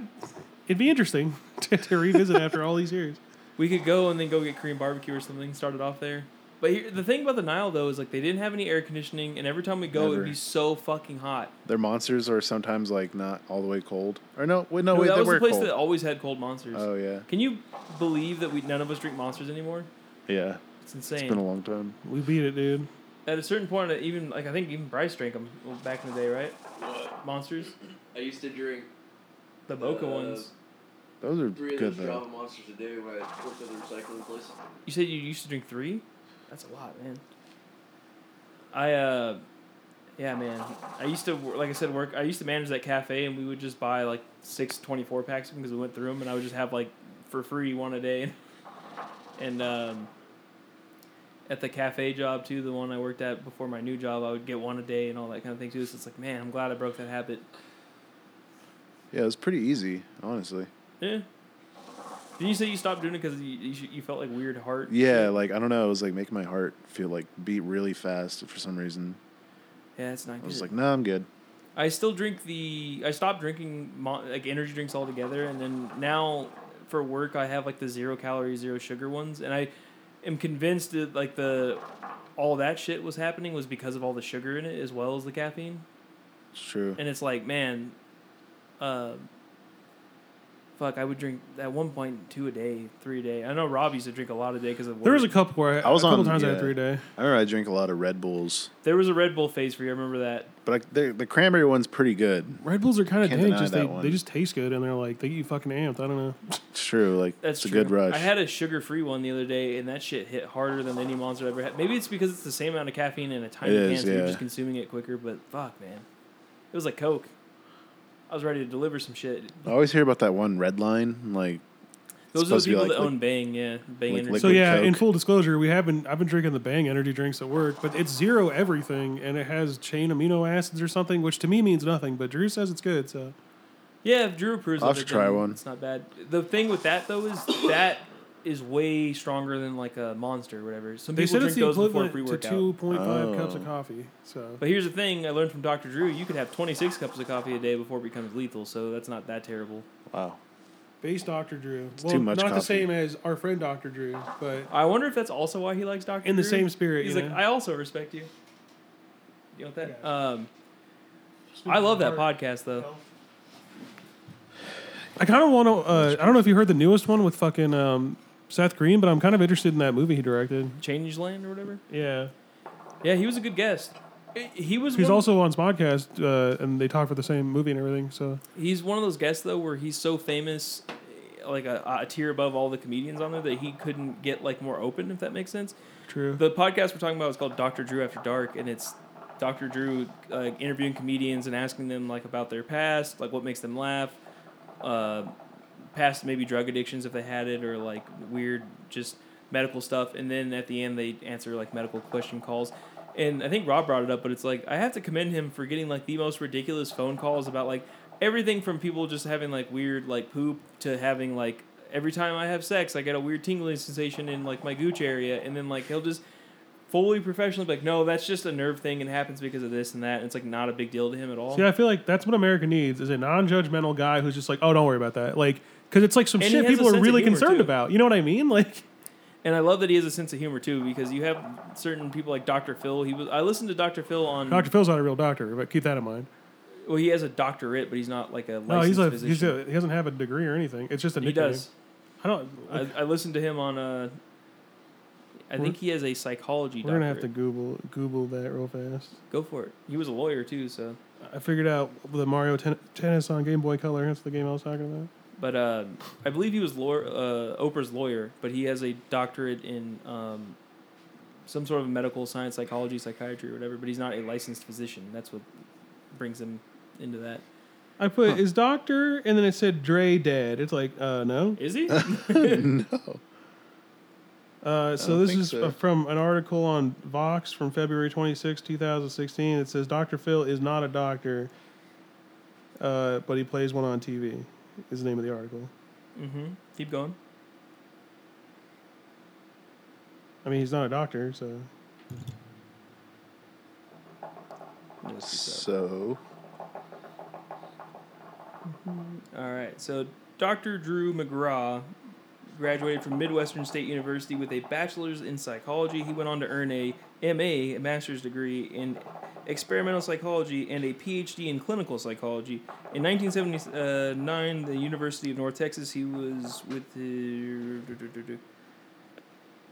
it'd be interesting to, to revisit after all these years.
We could go and then go get Korean barbecue or something. Started off there. But here, the thing about the Nile though is like they didn't have any air conditioning, and every time we go, it'd
Never.
be so fucking hot.
their monsters are sometimes like not all the way cold. Or no, wait, no,
No,
wait,
that
they
was
were
the place
cold.
that always had cold monsters.
Oh yeah,
Can you believe that we none of us drink monsters anymore?
yeah.
It's insane.
It's been a long time.
We beat it, dude.
At a certain point, I even like I think even Bryce drank them back in the day, right?
What?
Monsters,
I used to drink
the Boca
Uh,
ones.
Those are
three of
good
those
though.
Java monsters a day when I worked at the recycling place.
You said you used to drink three. That's a lot, man. I uh, yeah, man. I used to wor- like I said work. I used to manage that cafe, and we would just buy like six 24 packs because we went through them, and I would just have like for free one a day. And um, at the cafe job too, the one I worked at before my new job, I would get one a day and all that kind of thing too. So it's like, man, I'm glad I broke that habit.
Yeah, it was pretty easy, honestly.
Yeah. Did you say you stopped doing it because you, you, you felt like weird heart?
Yeah, like I don't know, it was like making my heart feel like beat really fast for some reason.
Yeah, that's not
I
good.
was like, "Nah, I'm good."
I still drink the. I stopped drinking mon- like energy drinks altogether, and then now for work I have like the zero calorie, zero sugar ones, and I am convinced that like the all that shit was happening was because of all the sugar in it as well as the caffeine,
It's true.
and it's like man, uh, fuck, I would drink at one point two a day, three a day. I know Rob used to drink a lot a day because of work.
There was a couple where I,
I was
a couple
on-
times I had
yeah.
three a day.
I remember I drank a lot of Red Bulls,
there was a Red Bull phase for you. I remember that.
but I, the the cranberry one's pretty good.
Red Bulls are kind of
Can't
dank.
deny
Just
that
they,
one.
they just taste good, and they're like they get you fucking amped. I don't know.
It's true. Like
That's
it's a
true.
good rush.
I had a sugar free one the other day, and that shit hit harder than any monster I've ever had. Maybe it's because it's the same amount of caffeine in a tiny
It
can,
is,
so you're
yeah.
just consuming it quicker. But fuck, man, it was like Coke. I was ready to deliver some shit.
I always hear about that one red line. Like
Those are the
supposed to be
people
like
that
liq-
own Bang, yeah, Bang
like
Energy.
liquid
So yeah, in
Coke.
full disclosure, we have been I've been drinking the Bang energy drinks at work, but it's zero everything, and it has chain amino acids or something, which to me means nothing. But Drew says it's good, so
yeah, if Drew approves.
I'll
of
have
it,
to try
then
one.
It's not bad. The thing with that though is that is way stronger than like a monster or whatever. Some
they
people
said
drink
it's the
those before
equivalent
pre
to
workout.
two point five cups of
Oh.
coffee. So
But here's the thing: I learned from Dr. Drew, you could have 26 cups of coffee a day before it becomes lethal. So that's not that terrible.
wow,
base Doctor Drew, well,
too much
not the
coffee.
same as our friend Doctor Drew, but
I wonder if that's also why he likes Doctor.
In the
Drew.
same spirit,
he's
you
like,
know?
I also respect you. You want that? Um,
Speaking
I love
of
that
heart-
podcast though.
I kind of want to. Uh, I don't know if you heard the newest one with fucking um, Seth Green, but I'm kind of interested in that movie he directed.
Changeland or whatever.
Yeah,
Yeah, he was a good guest. I- He was.
who's
one,
also on his podcast, uh, and they talk for the same movie and everything. So
He's one of those guests though, where he's so famous, like a, a tier above all the comedians on there, that he couldn't get like more open. If that makes sense.
true.
The podcast we're talking about is called Dr. Drew After Dark, and it's Dr. Drew uh, interviewing comedians and asking them like about their past, like what makes them laugh, uh, past maybe drug addictions if they had it, or like weird just medical stuff. And then at the end, they answer like medical question calls. And I think Rob brought it up, but it's like I have to commend him for getting like the most ridiculous phone calls about like everything from people just having like weird like poop to having like every time I have sex, I get a weird tingling sensation in like my gooch area, and then like he'll just fully professionally be like, no, that's just a nerve thing and happens because of this and that. And it's like not a big deal to him at all.
See, I feel like that's what America needs is a non-judgmental guy who's just like, oh, don't worry about that. Like, because it's like some
And he has
shit
a
people
sense
are
of
really
humor,
concerned
too.
about. You know what I mean? Like,
And I love that he has a sense of humor too, because you have certain people like Dr. Phil. He was I listened to Dr. Phil on
Doctor Phil's not a real doctor, but keep that in mind.
well, he has a doctorate, but he's not like a licensed
No, he's a,
physician.
he's a he doesn't have a degree or anything. It's just a
he
nickname.
does.
I don't.
I, I listened to him on uh I think he has a psychology
we're gonna have to
doctorate.
Google Google that real fast.
go for it. He was a lawyer too, so
I figured out the Mario ten- Tennis on Game Boy Color. That's the game I was talking about.
But um, I believe he was lawyer, uh, Oprah's lawyer, but he has a doctorate in um, some sort of medical science, psychology, psychiatry, or whatever. But he's not a licensed physician. That's what brings him into that.
I put is doctor, and then it said Dre dead. It's like, uh, no.
Is he?
no.
Uh, so
don't
this
think
is
so.
uh from an article on Vox from February 26, 2016. It says Dr. Phil is not a doctor, uh, but he plays one on TV. Is the name of the article.
mm-hmm. Keep going.
I mean, he's not a doctor, so
So
All right. So Dr. Drew McGraw graduated from Midwestern State University with a bachelor's in psychology. He went on to earn a MA, a master's degree in experimental psychology, and a PhD in clinical psychology. In 1979, the University of North Texas, he was with the.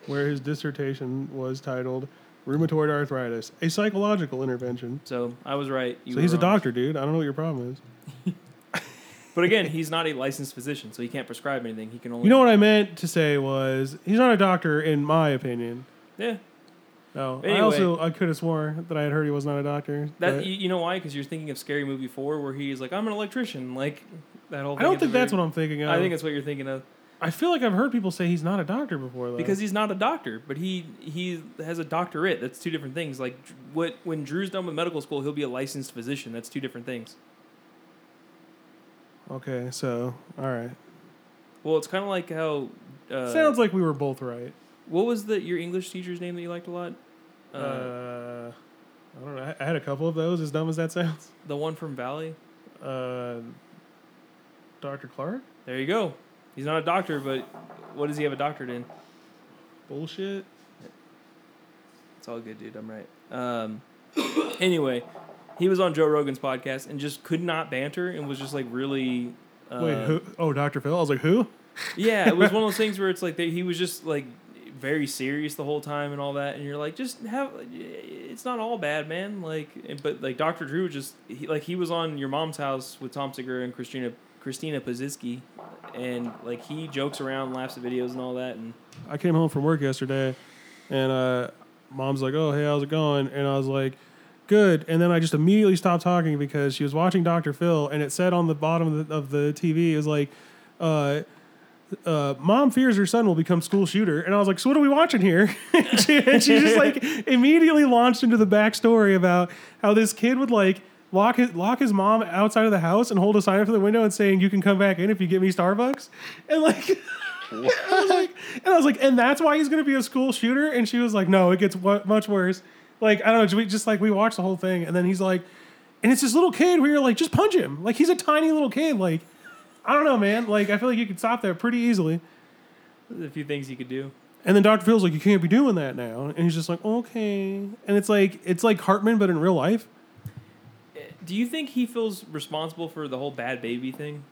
where his dissertation was titled "Rheumatoid Arthritis: A Psychological Intervention."
So I was right. you
so he's
were
a
wrong.
doctor, dude. I don't know what your problem is.
But again, he's not a licensed physician, so he can't prescribe anything. He can only.
You know what I meant to say was he's not a doctor, in my opinion.
Yeah.
No, I
Anyway.
also I could have swore that I had heard he was not a doctor.
That
but-
you, you know why? Because you're thinking of Scary Movie Four, where he's like, "I'm an electrician." Like that whole.
I don't think that's what I'm thinking of.
I think it's what you're thinking of
I feel like I've heard people say he's not a doctor before though.
because he's not a doctor, but he he has a doctorate. That's two different things. Like Dr- what when Drew's done with medical school, he'll be a licensed physician. That's two different things.
okay, so all right.
Well, it's kind of like how. Uh,
Sounds like we were both right.
What was the your English teacher's name that you liked a lot?
Uh, I don't know. I- I had a couple of those. As dumb as that sounds.
the one from Valley.
Uh, Doctor Clark.
There you go. He's not a doctor, but what does he have a doctorate in?
Bullshit.
It's all good, dude. I'm right. Um, anyway, he was on Joe Rogan's podcast and just could not banter and was just like really. Uh,
Wait, who? Oh, Doctor Phil. I was like, who?
Yeah, it was one of those things where it's like they, he was just like very serious the whole time and all that, and you're like, just have. It's not all bad, man. Like, and- but like Dr. Drew just he, like he was on Your Mom's House with Tom Segura and Christina Christina Pazinski, and like he jokes around, laughs at videos and all that, and
I came home from work yesterday, and uh, mom's like, "Oh, hey, how's it going?" And I was like, "Good." And then I just immediately stopped talking because she was watching Dr. Phil, and it said on the bottom of the, of the TV, "It was like, uh, uh, mom fears her son will become school shooter," and I was like, "So what are we watching here?" and, she, and she just like immediately launched into the backstory about how this kid would like. Lock his, lock his mom outside of the house and hold a sign up to the window and saying, You can come back in if you get me Starbucks. And like, I was like, and I was like, and that's why he's gonna be a school shooter. And she was like, no, it gets w- much worse. Like I don't know, we just like we watched the whole thing, and then he's like, and it's this little kid where you're like, just punch him. Like he's a tiny little kid. Like I don't know, man. Like I feel like you could stop that pretty easily.
a few things he could do.
And then Dr. Phil's like, you can't be doing that now. And he's just like, okay. And it's like it's like Hartman, but in real life.
Do you think he feels responsible for the whole bad baby thing?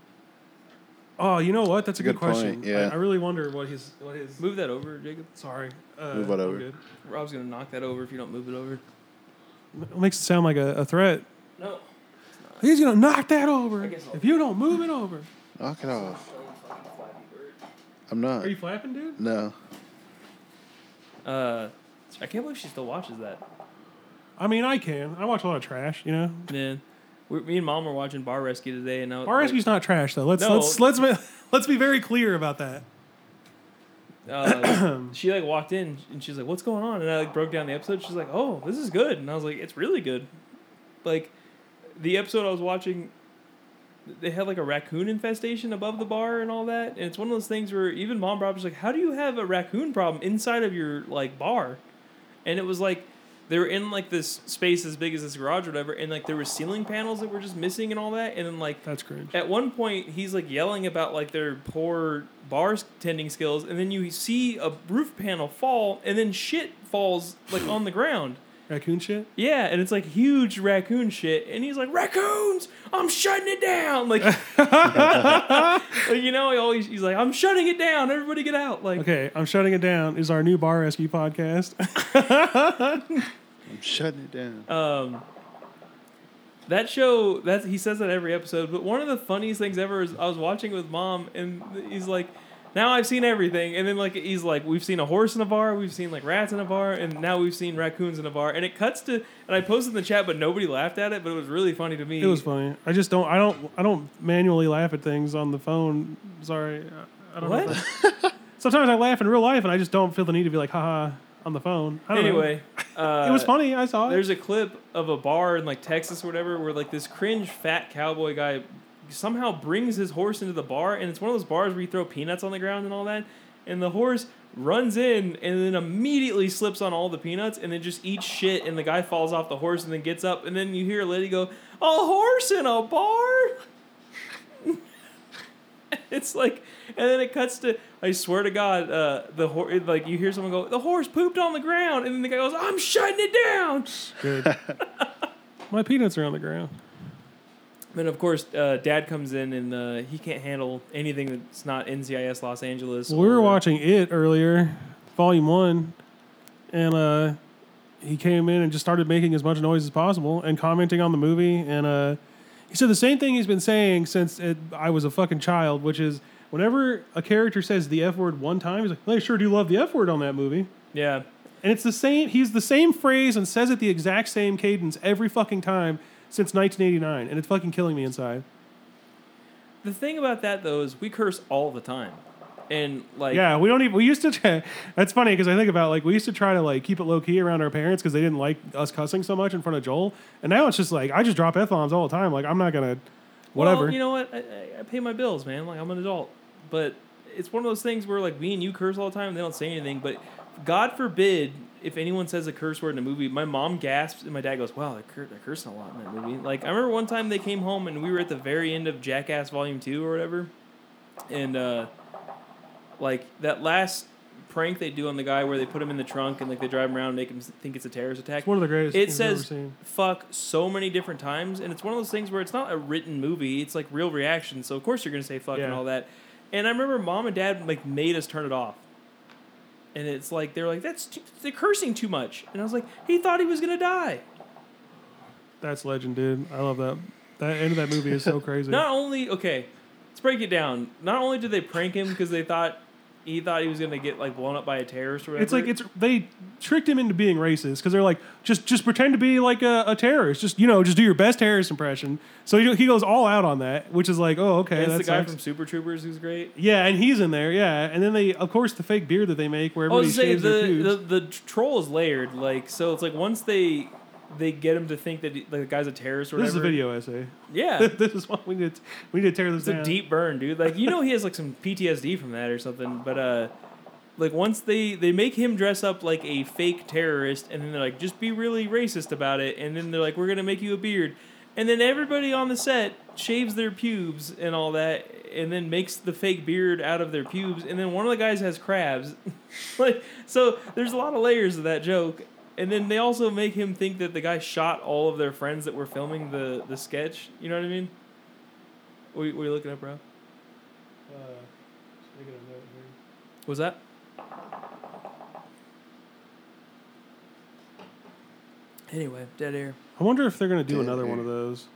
Oh, you know what? That's a good,
Good point,
question. I-
yeah.
I, really wonder what his what his.
Move that over, Jacob.
Sorry. Uh,
Move that
I'm
over.
good.
Rob's gonna knock that over if you don't move it over.
It makes it sound like a, a threat.
No.
He's gonna knock that over
I guess I'll-
if you don't move it over.
knock it off. I'm not.
Are you flapping, dude?
No.
Uh, I can't believe she still watches that.
I mean, I can. I watch a lot of trash, you know.
Man, we, me and mom were watching Bar Rescue today, and now
Bar Rescue's not trash though. Let's
No.
let's let's be, let's be very clear about that.
Uh, she like walked in and she's like, "What's going on?" And I like broke down the episode. She's like, "Oh, this is good," and I was like, "It's really good." Like, the episode I was watching, they had like a raccoon infestation above the bar and all that, and it's one of those things where even mom Rob's like, "How do you have a raccoon problem inside of your like bar?" and it was like they were in like this space as big as this garage or whatever, and like there were ceiling panels that were just missing and all that, and then like
That's cringe.
at one point he's like yelling about like their poor bartending skills, and then you see a roof panel fall, and then shit falls like on the ground.
Raccoon shit.
Yeah, and it's like huge raccoon shit, and he's like, "Raccoons, I'm shutting it down!" Like, like, you know, he always he's like, "I'm shutting it down. Everybody get out!" Like,
Okay, I'm shutting it down. Is our new bar rescue podcast?
I'm shutting it down.
um, that show that he says that every episode. But one of the funniest things ever is I was watching with mom, and he's like, "Now I've seen everything," and then like he's like, "We've seen a horse in a bar, we've seen like rats in a bar, and now we've seen raccoons in a bar." And it cuts to, and I posted in the chat, but nobody laughed at it, but it was really funny to me.
it was funny. I just don't. I don't. I don't manually laugh at things on the phone. Sorry. I, I don't Know
What?
if that- Sometimes I laugh in real life, and I just don't feel the need to be like, haha, on the phone. I don't know.
Anyway, uh,
it was funny. I saw it.
There's a clip of a bar in like Texas or whatever where like this cringe fat cowboy guy somehow brings his horse into the bar and it's one of those bars where you throw peanuts on the ground and all that and the horse runs in and then immediately slips on all the peanuts and then just eats shit and the guy falls off the horse and then gets up and then you hear a lady go, "A horse in a bar?" it's like, and then it cuts to, I swear to God, uh, the horse, like you hear someone go, the horse pooped on the ground, and then the guy goes, I'm shutting it down.
Good. My peanuts are on the ground.
Then of course, uh, Dad comes in and uh, he can't handle anything that's not NCIS Los Angeles.
Well, we were
or-
watching it earlier, volume one, and uh, he came in and just started making as much noise as possible and commenting on the movie. And uh, he said the same thing he's been saying since it, I was a fucking child, which is whenever a character says the F word one time, he's like, "They sure do love the F word on that movie."
Yeah,
And it's the same. He's the same phrase and says it the exact same cadence every fucking time since 1989, and it's fucking killing me inside.
the thing about that though is we curse all the time, and like
Yeah, we don't even. We used to. Try, that's funny because I think about like we used to try to like keep it low key around our parents because they didn't like us cussing so much in front of Joel. And now it's just like I just drop f bombs all the time. Like I'm not gonna, whatever.
Well, you know what? I, I, I pay my bills, man. Like I'm an adult, but it's one of those things where like me and you curse all the time, and they don't say anything. But God forbid if anyone says a curse word in a movie, my mom gasps and my dad goes, "Wow, they're, cur- they're cursing a lot in that movie." Like I remember one time they came home and we were at the very end of Jackass Volume Two or whatever, and uh, like that last prank they do on the guy where they put him in the trunk and like they drive him around and make him s- think it's a terrorist attack
it's one of the greatest.
it
things I've
says
ever seen.
fuck so many different times and it's one of those things where it's not a written movie it's like real reaction so of course you're gonna say fuck and
Yeah.
all that and i remember mom and dad like made us turn it off and it's like they're like that's too, they're cursing too much and i was like he thought he was gonna die
that's legend, dude. I love that. That end of that movie is so crazy.
not only okay let's break it down not only did they prank him because they thought he thought he was gonna get like blown up by a terrorist or whatever
It's like it's they tricked him into being racist because they're like just just pretend to be like a, a terrorist. Just you know just do your best terrorist impression. So he, he goes all out on that, which is like oh okay.
it's
That's
the guy from super troopers who's great
Yeah, and he's in there. Yeah, and then they, of course, the fake beard that they make where
Oh, I
everybody
was gonna say
shaves
the,
their pubes.
the the tr- troll is layered, like so. It's like once they they get him to think that he, like, the guy's a terrorist or
this is a
whatever.
video essay.
Yeah, it's
this is what we need. We need to tear this down.
a deep burn, dude. Like you know he has like some PTSD from that or something. But uh, like once they they make him dress up like a fake terrorist, and then they're like, just be really racist about it, and then they're like, we're gonna make you a beard, and then everybody on the set shaves their pubes and all that. And then makes the fake beard out of their pubes, and then one of the guys has crabs. like so there's a lot of layers of that joke and then they also make him think that the guy shot all of their friends that were filming the the sketch you know what i mean what are you, what are you looking up bro was that anyway dead air
I wonder if they're gonna do
Dead
another one
air.
of those.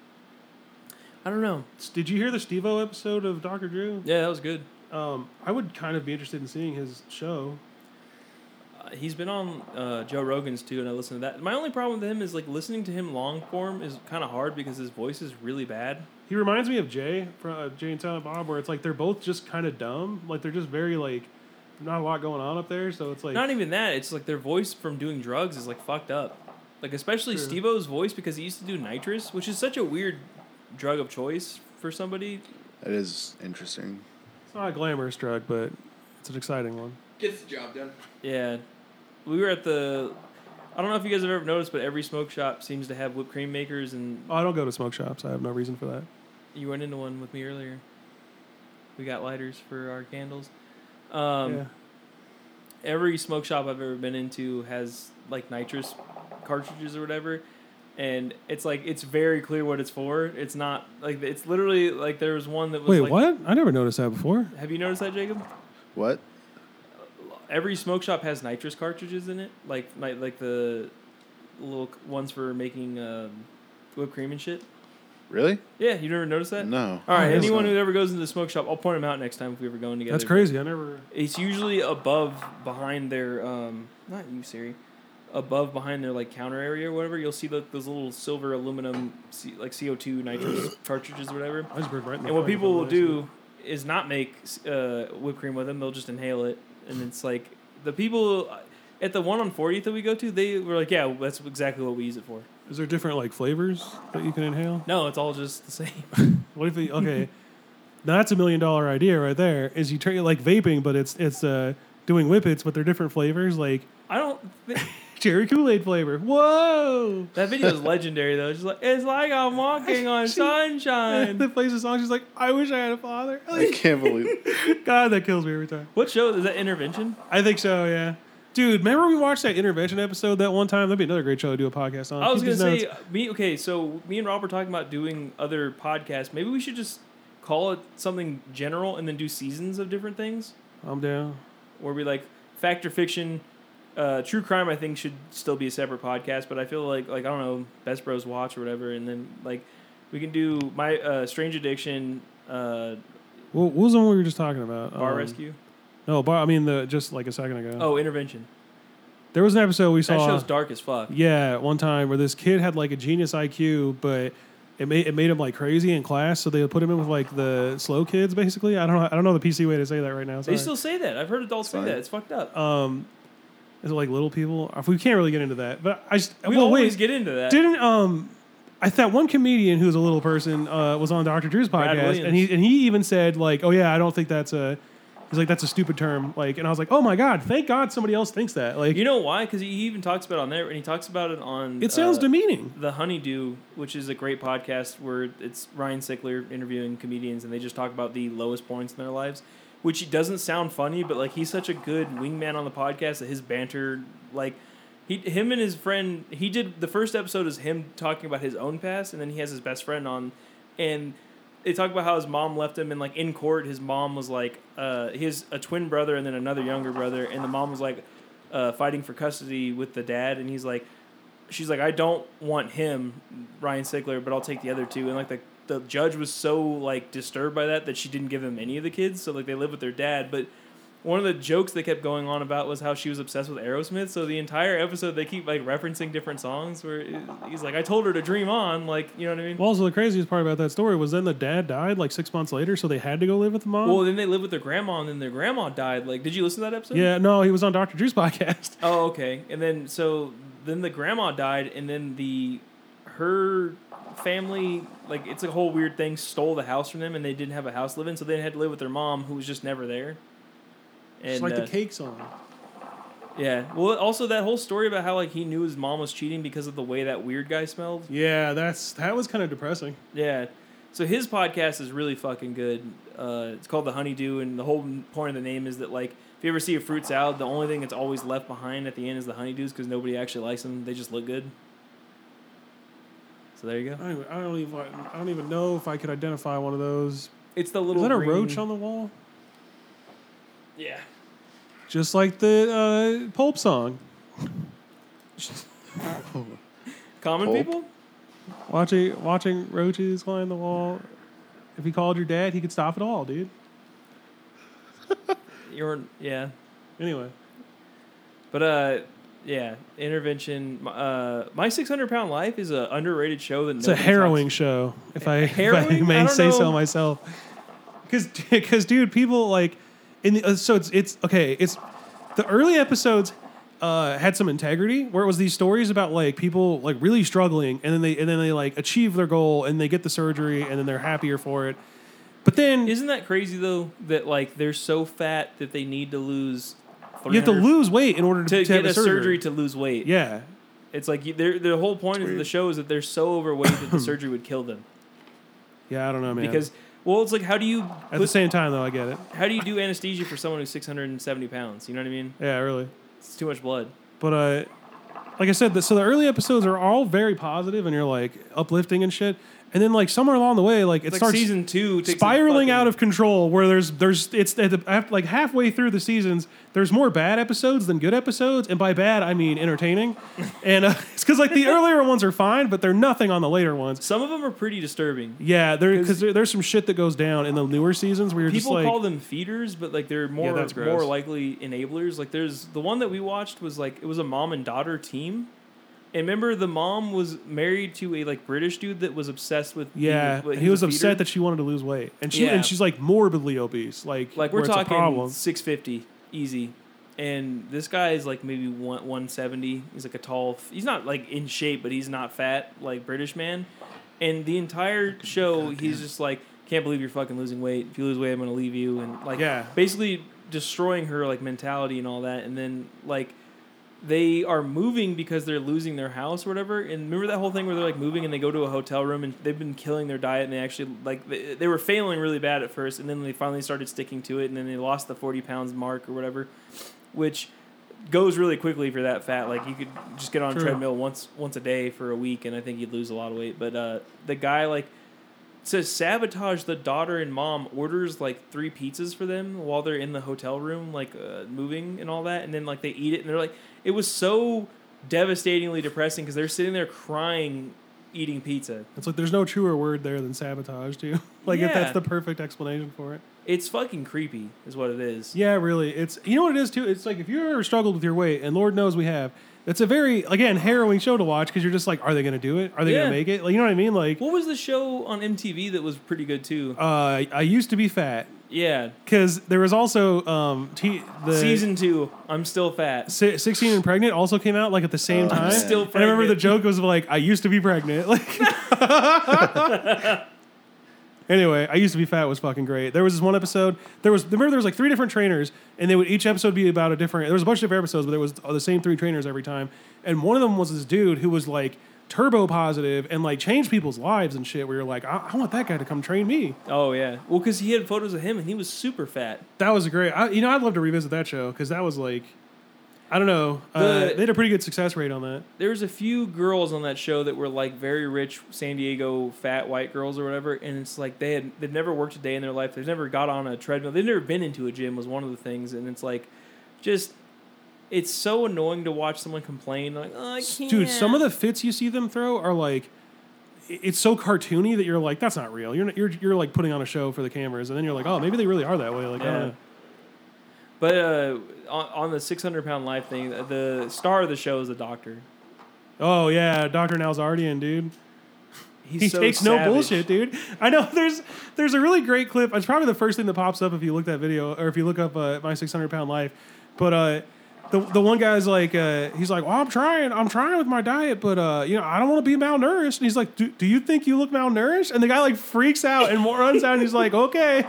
i don't know
S- Did you hear the Stevo episode of Doctor Drew?
yeah that was good
Um, I would kind of be interested in seeing his show.
Uh, he's been on uh, joe rogan's too and i listen to that my only problem with him is like listening to him long form is kind of hard because his voice is really bad
He reminds me of Jay from uh, Jay and Silent Bob, where it's like they're both just kind of dumb. Like they're just very like not a lot going on up there. So it's like
Not even that. It's like their voice from doing drugs is like fucked up. Like especially
True.
Steve-O's voice because he used to do nitrous, which is such a weird drug of choice for somebody.
That is interesting.
e-
it's not a glamorous drug, but it's an exciting one.
Gets the job done.
Yeah. We were at the I don't know if you guys have ever noticed, but every smoke shop seems to have whipped cream makers, and
Oh, I don't go to smoke shops. I have no reason for that.
you went into one with me earlier. We got lighters for our candles. Um,
yeah.
every smoke shop I've ever been into has like nitrous cartridges or whatever, and it's like it's very clear what it's for. It's not like it's literally like there was one that was
Wait,
like,
what? I never noticed that before.
Have you noticed that, Jacob?
What?
Every smoke shop has nitrous cartridges in it, like like, like the little c- ones for making um, whipped cream and shit.
Really?
Yeah, you never noticed that.
No.
All right,
Oh, that's
anyone
not-
who ever goes into the smoke shop, I'll point them out next time if we ever go in together.
That's crazy. I never.
It's usually above behind their um not you Siri, above behind their like counter area or whatever. You'll see like those little silver aluminum C- like CO two nitrous cartridges or whatever.
I just burned right in my
And what
pocket
people
if I
will
noticed
do is not make uh, whipped cream with them. They'll just inhale it, and it's like the people at the one on 40th that we go to, they were like, "Yeah, that's exactly what we use it for."
it. Is there different like flavors that you can inhale?
No, it's all just the same.
What if you, okay? now that's a million dollar idea right there. Is you turn like vaping, but it's it's uh doing whippets, but they're different flavors like
I don't. Think,
cherry Kool Aid flavor. Whoa!
that video is legendary though. It's just like it's like I'm walking on sunshine.
that plays the song. She's like, I wish I had a father.
I can't believe.
God, that kills me every time.
What show is that? Intervention.
I think so. Yeah. Dude, remember we watched that intervention episode that one time? That'd be another great show to do a podcast on.
I was
Oh, Keep
gonna
these
say
notes.
me. Okay, so me and Rob were talking about doing other podcasts. Maybe we should just call it something general and then do seasons of different things.
I'm down.
Where we like fact or fiction, uh, true crime. I think should still be a separate podcast. But I feel like like I don't know Best Bros Watch or whatever, and then like we can do my uh, Strange Addiction, uh,
Well, what was the one we were just talking about?
Bar
Um,
Rescue.
No, bar. I mean, the just like a second ago.
Oh, Intervention.
There was an episode we
That
saw.
show's dark as fuck.
Yeah, one time where this kid had like a genius IQ, but it made it made him like crazy in class, so they put him in with like the slow kids basically. I don't know I don't know the PC way to say that right now.
They
Sorry.
still say that. I've heard adults say
fine.
that. It's fucked up.
um is it like little people? We can't really get into that. But I just
we
well
always
wait,
get into that.
didn't um I that one comedian who's a little person uh, was on Dr. Drew's
Brad
podcast and
Williams.
he and he even said like, "Oh yeah, I don't think that's a He's like that's a stupid term, like, and I was like, "Oh my god! Thank God somebody else thinks that." Like,
You know why? Because he even talks about it on there, and he talks about it on.
it sounds
uh,
demeaning.
The Honeydew, which is a great podcast where it's Ryan Sickler interviewing comedians, and they just talk about the lowest points in their lives, which doesn't sound funny, but like he's such a good wingman on the podcast that his banter, like. He, him and his friend, he did the first episode is him talking about his own past, and then he has his best friend on, and they talk about how his mom left him and like in court his mom was like uh he has a twin brother and then another younger brother and the mom was like uh fighting for custody with the dad and he's like she's like i don't want him ryan sigler but i'll take the other two and like the the judge was so like disturbed by that that she didn't give him any of the kids so like they live with their dad but one of the jokes they kept going on about was how she was obsessed with Aerosmith. So the entire episode, they keep like referencing different songs. Where it- he's like, "I told her to dream on," like you know what I mean?
Well, also the craziest part about that story was then the dad died like six months later, so they had to go live with the mom.
Well, then they lived with their grandma, and then their grandma died. Like, did you listen to that episode?
yeah, no, he was on Doctor Drew's podcast.
Oh, okay. And then so then the grandma died, and then the her family like it's a whole weird thing stole the house from them, and they didn't have a house to live in, so they had to live with their mom, who was just never there. And
It's like
uh,
the cake song.
yeah. Well, also that whole story about how like he knew his mom was cheating because of the way that weird guy smelled.
Yeah, that's that was kind of depressing.
Yeah. So his podcast is really fucking good. Uh, it's called The Honeydew, and the whole point of the name is that like if you ever see a fruit salad, the only thing that's always left behind at the end is the honeydews because nobody actually likes them. They just look good. So there you
I
go.
don't, even, I don't even I don't even know if I could identify one of those.
It's the
Is
little.
that a
green-
roach on the wall?
Yeah.
Just like the uh, pulp song.
Common
Pulp.
people.
Watching watching roaches climb the wall. If he called your dad, he could stop it all, dude.
You're yeah.
Anyway,
But uh, yeah. Intervention. Uh, my six hundred pound life is a underrated show that
it's a
nobody
harrowing
talks-
show, if I, if I
Harrowing? I
may
don't
say so
know.
myself. Because, because, dude, people like in the uh, so it's it's okay. It's the early episodes uh, had some integrity where it was these stories about like people like really struggling, and then they and then they like achieve their goal, and they get the surgery, and then they're happier for it. But then
Isn't that crazy though? That like they're so fat that they need to lose.
you have to
300
lose weight in order to,
to,
to have
get a surgery. to lose weight.
Yeah,
It's like you- they're, the whole point
It's
of the
weird.
show is that they're so overweight that the surgery would kill them.
Yeah, I don't know, man.
Because well, it's like how do you
at the
put-
same time, though, I get it.
how do you do anesthesia for someone who's 670 pounds? You know what I mean?
Yeah, really.
It's too much blood.
But uh, like I said, the, so the early episodes are all very positive, and you're like uplifting and shit. And then like somewhere along the way, like it
It's like
starts
season two takes a
spiraling
fucking-
out of control. Where there's there's it's at the, af- like halfway through the seasons, there's more bad episodes than good episodes, and by bad I mean entertaining. and uh, it's because like the earlier ones are fine, but they're nothing on the later ones.
Some of them are pretty disturbing.
Yeah, there
'Cause-
because there, there's some shit that goes down in the newer seasons where you're
People
just like
call them feeders, but like they're more
that's gross.
more likely enablers. Like there's the one that we watched was like it was a mom and daughter team. And remember the mom was married to a like British dude that was obsessed with being
yeah.
a- like,
he was
a
upset
feeder.
that she wanted to lose weight, and she
Yeah.
and she's like morbidly obese, like
like we're
where it's a
talking
problem.
650 easy and this guy is like maybe one, 170 he's like a tall f- he's not like in shape but he's not fat like british man and the entire show he's just like can't believe you're fucking losing weight if you lose weight i'm gonna leave you and like
Yeah.
basically destroying her like mentality and all that and then like they are moving because they're losing their house or whatever. And remember that whole thing where they're like moving and they go to a hotel room and they've been killing their diet and they actually like they, they were failing really bad at first and then they finally started sticking to it and then they lost the 40 pounds mark or whatever, which goes really quickly if you're that fat. Like you could just get on
True.
a treadmill once once a day for a week and I think you'd lose a lot of weight. But uh, the guy like to sabotage the daughter and mom orders like three pizzas for them while they're in the hotel room like uh, moving and all that and then like they eat it and they're like it was so devastatingly depressing because they're sitting there crying eating pizza
It's like there's no truer word there than sabotage, too. like if
Yeah.
that's the perfect explanation for it.
it's fucking creepy is what it is
Yeah, really. It's you know what it is too. It's like if you've ever struggled with your weight, and Lord knows we have. It's a very again harrowing show to watch because you're just like, are they going to do it? Are they going
Yeah.
to make it? Like, you know what I mean? Like,
what was the show on mtv that was pretty good too
uh, I used to be fat
yeah
because there was also um t- the
season two i'm still fat
si- 16 and pregnant also came out like at the same
Oh,
time.
I'm still
And I remember the
pregnant.
joke was like, I used to be pregnant. Like, anyway, I used to be fat was fucking great. There was this one episode. There was remember there was like three different trainers, and they would each episode be about a different. There was a bunch of different episodes, but there was the same three trainers every time. And one of them was this dude who was like turbo positive and like changed people's lives and shit. Where you're like, I, I want that guy to come train me.
oh yeah well because he had photos of him and he was super fat
That was great. I, you know, I'd love to revisit that show because that was like, I don't know, uh,
The-
they had a pretty good success rate on that.
there was a few girls on that show that were like very rich San Diego fat white girls or whatever, and it's like they had they've never worked a day in their life. They've never got on a treadmill. They've never been into a gym was one of the things, and it's like just it's so annoying to watch someone complain like oh, I can't.
Dude, some of the fits you see them throw are like i- it's so cartoony that you're like, that's not real. You're not, you're you're like putting on a show for the cameras, and then you're like, oh, maybe they really are that way. Like, I
Yeah.
don't know.
but uh, on, on the six hundred pound life thing, the star of the show is the doctor.
Oh yeah, Doctor Nalzardian, dude.
He's
He
so
takes no
savage.
bullshit, dude. I know there's there's a really great clip. It's probably the first thing that pops up if you look that video or if you look up uh, my 600 pound life. But uh, the the one guy's like, uh, he's like, well, I'm trying, I'm trying with my diet, but uh, you know, I don't want to be malnourished. And he's like, do, do you think you look malnourished? And the guy like freaks out and runs out. and He's like, okay.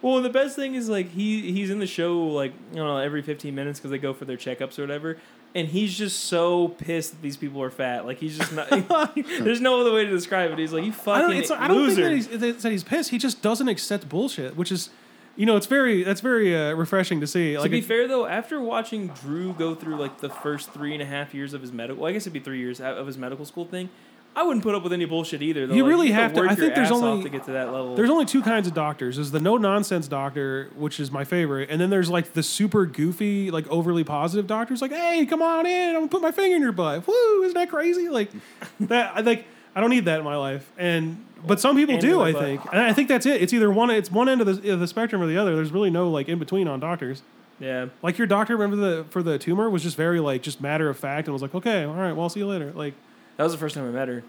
Well, and the best thing is like he he's in the show like I don't know every fifteen minutes because they go for their checkups or whatever, and he's just so pissed that these people are fat. Like he's just not. there's no other way to describe it. He's like you
I
fucking
don't. It's,
loser.
I don't think that he's, that that he's pissed. He just doesn't accept bullshit, which is, you know, it's very that's very uh, refreshing to see.
to
Like,
be fair though, after watching Drew go through like the first three and a half years of his medical, well, I guess it'd be three years out of his medical school thing. I wouldn't put up with any bullshit either. Though.
You
Like,
really
have
have to-
work
I
your
think there's
ass off
only-
to get to that level.
There's only two kinds of doctors. There's the no nonsense doctor, which is my favorite, and then there's like the super goofy, like overly positive doctors. Like, hey, come on in. I'm gonna put my finger in your butt. Woo! Isn't that crazy? Like that. I like. I don't need that in my life. And but some people
And in
do.
the
I
butt.
think. And I think that's it. It's either one. It's one end of the, of the spectrum or the other. There's really no like in between on doctors.
yeah.
Like your doctor, remember the for the tumor was just very like just matter of fact and was like, okay, all right, well, I'll see you later. Like
That was the first time I met her.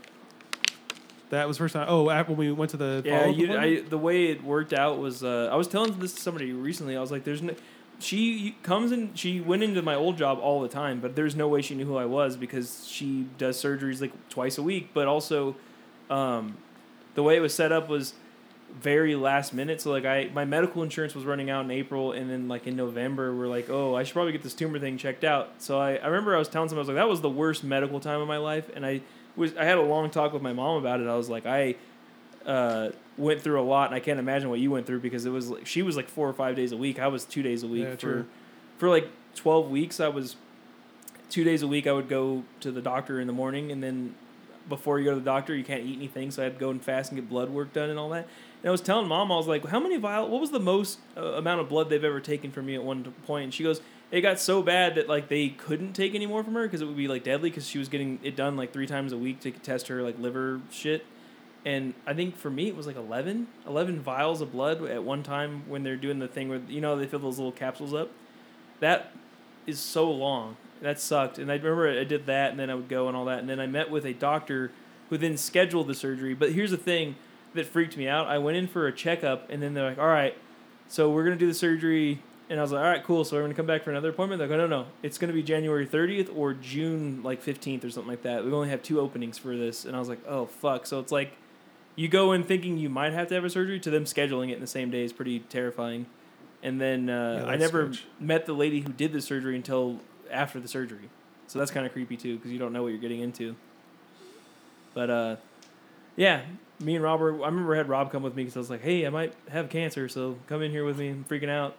that was first time. Oh, at, when we went to the
Yeah,
follow-up
you,
appointment?
I, the way it worked out was uh, I was telling this to somebody recently. I was like, "There's no." She comes and she went into my old job all the time, but there's no way she knew who I was because she does surgeries like twice a week. But also, um, the way it was set up was very last minute. So like I my medical insurance was running out in April, and then like in November we're like, oh, I should probably get this tumor thing checked out. So I, I remember I was telling someone I was like, that was the worst medical time of my life, and I was I had a long talk with my mom about it. I was like, I uh, went through a lot, and I can't imagine what you went through because it was like, she was like four or five days a week. I was two days a week
Yeah,
for
true.
for like twelve weeks. I was two days a week. I would go to the doctor in the morning, and then before you go to the doctor, you can't eat anything. So I had to go and fast and get blood work done and all that. And I was telling mom, I was like, "How many vial? What was the most uh, amount of blood they've ever taken from me at one point?" And she goes, "It got so bad that like they couldn't take any more from her because it would be like deadly because she was getting it done like three times a week to test her like liver shit." And I think for me it was like 11, 11 vials of blood at one time when they're doing the thing where you know they fill those little capsules up. That is so long. That sucked. And I remember I did that, and then I would go and all that. And then I met with a doctor who then scheduled the surgery. But here's the thing that freaked me out I went in for a checkup, and then they're like, all right, so we're going to do the surgery. And I was like, all right, cool. So we're going to come back for another appointment. They're like, oh, no, no. It's going to be January 30th or June like 15th or something like that. We only have two openings for this. And I was like, oh, fuck. So it's like you go in thinking you might have to have a surgery to them scheduling it in the same day is pretty terrifying. And then uh,
Yeah,
I
that's
never
sketch.
met the lady who did the surgery until after the surgery. So that's kind of creepy too because you don't know what you're getting into. But uh, yeah, me and Rob were, I remember I had Rob come with me because I was like, hey, I might have cancer, so come in here with me. I'm freaking out.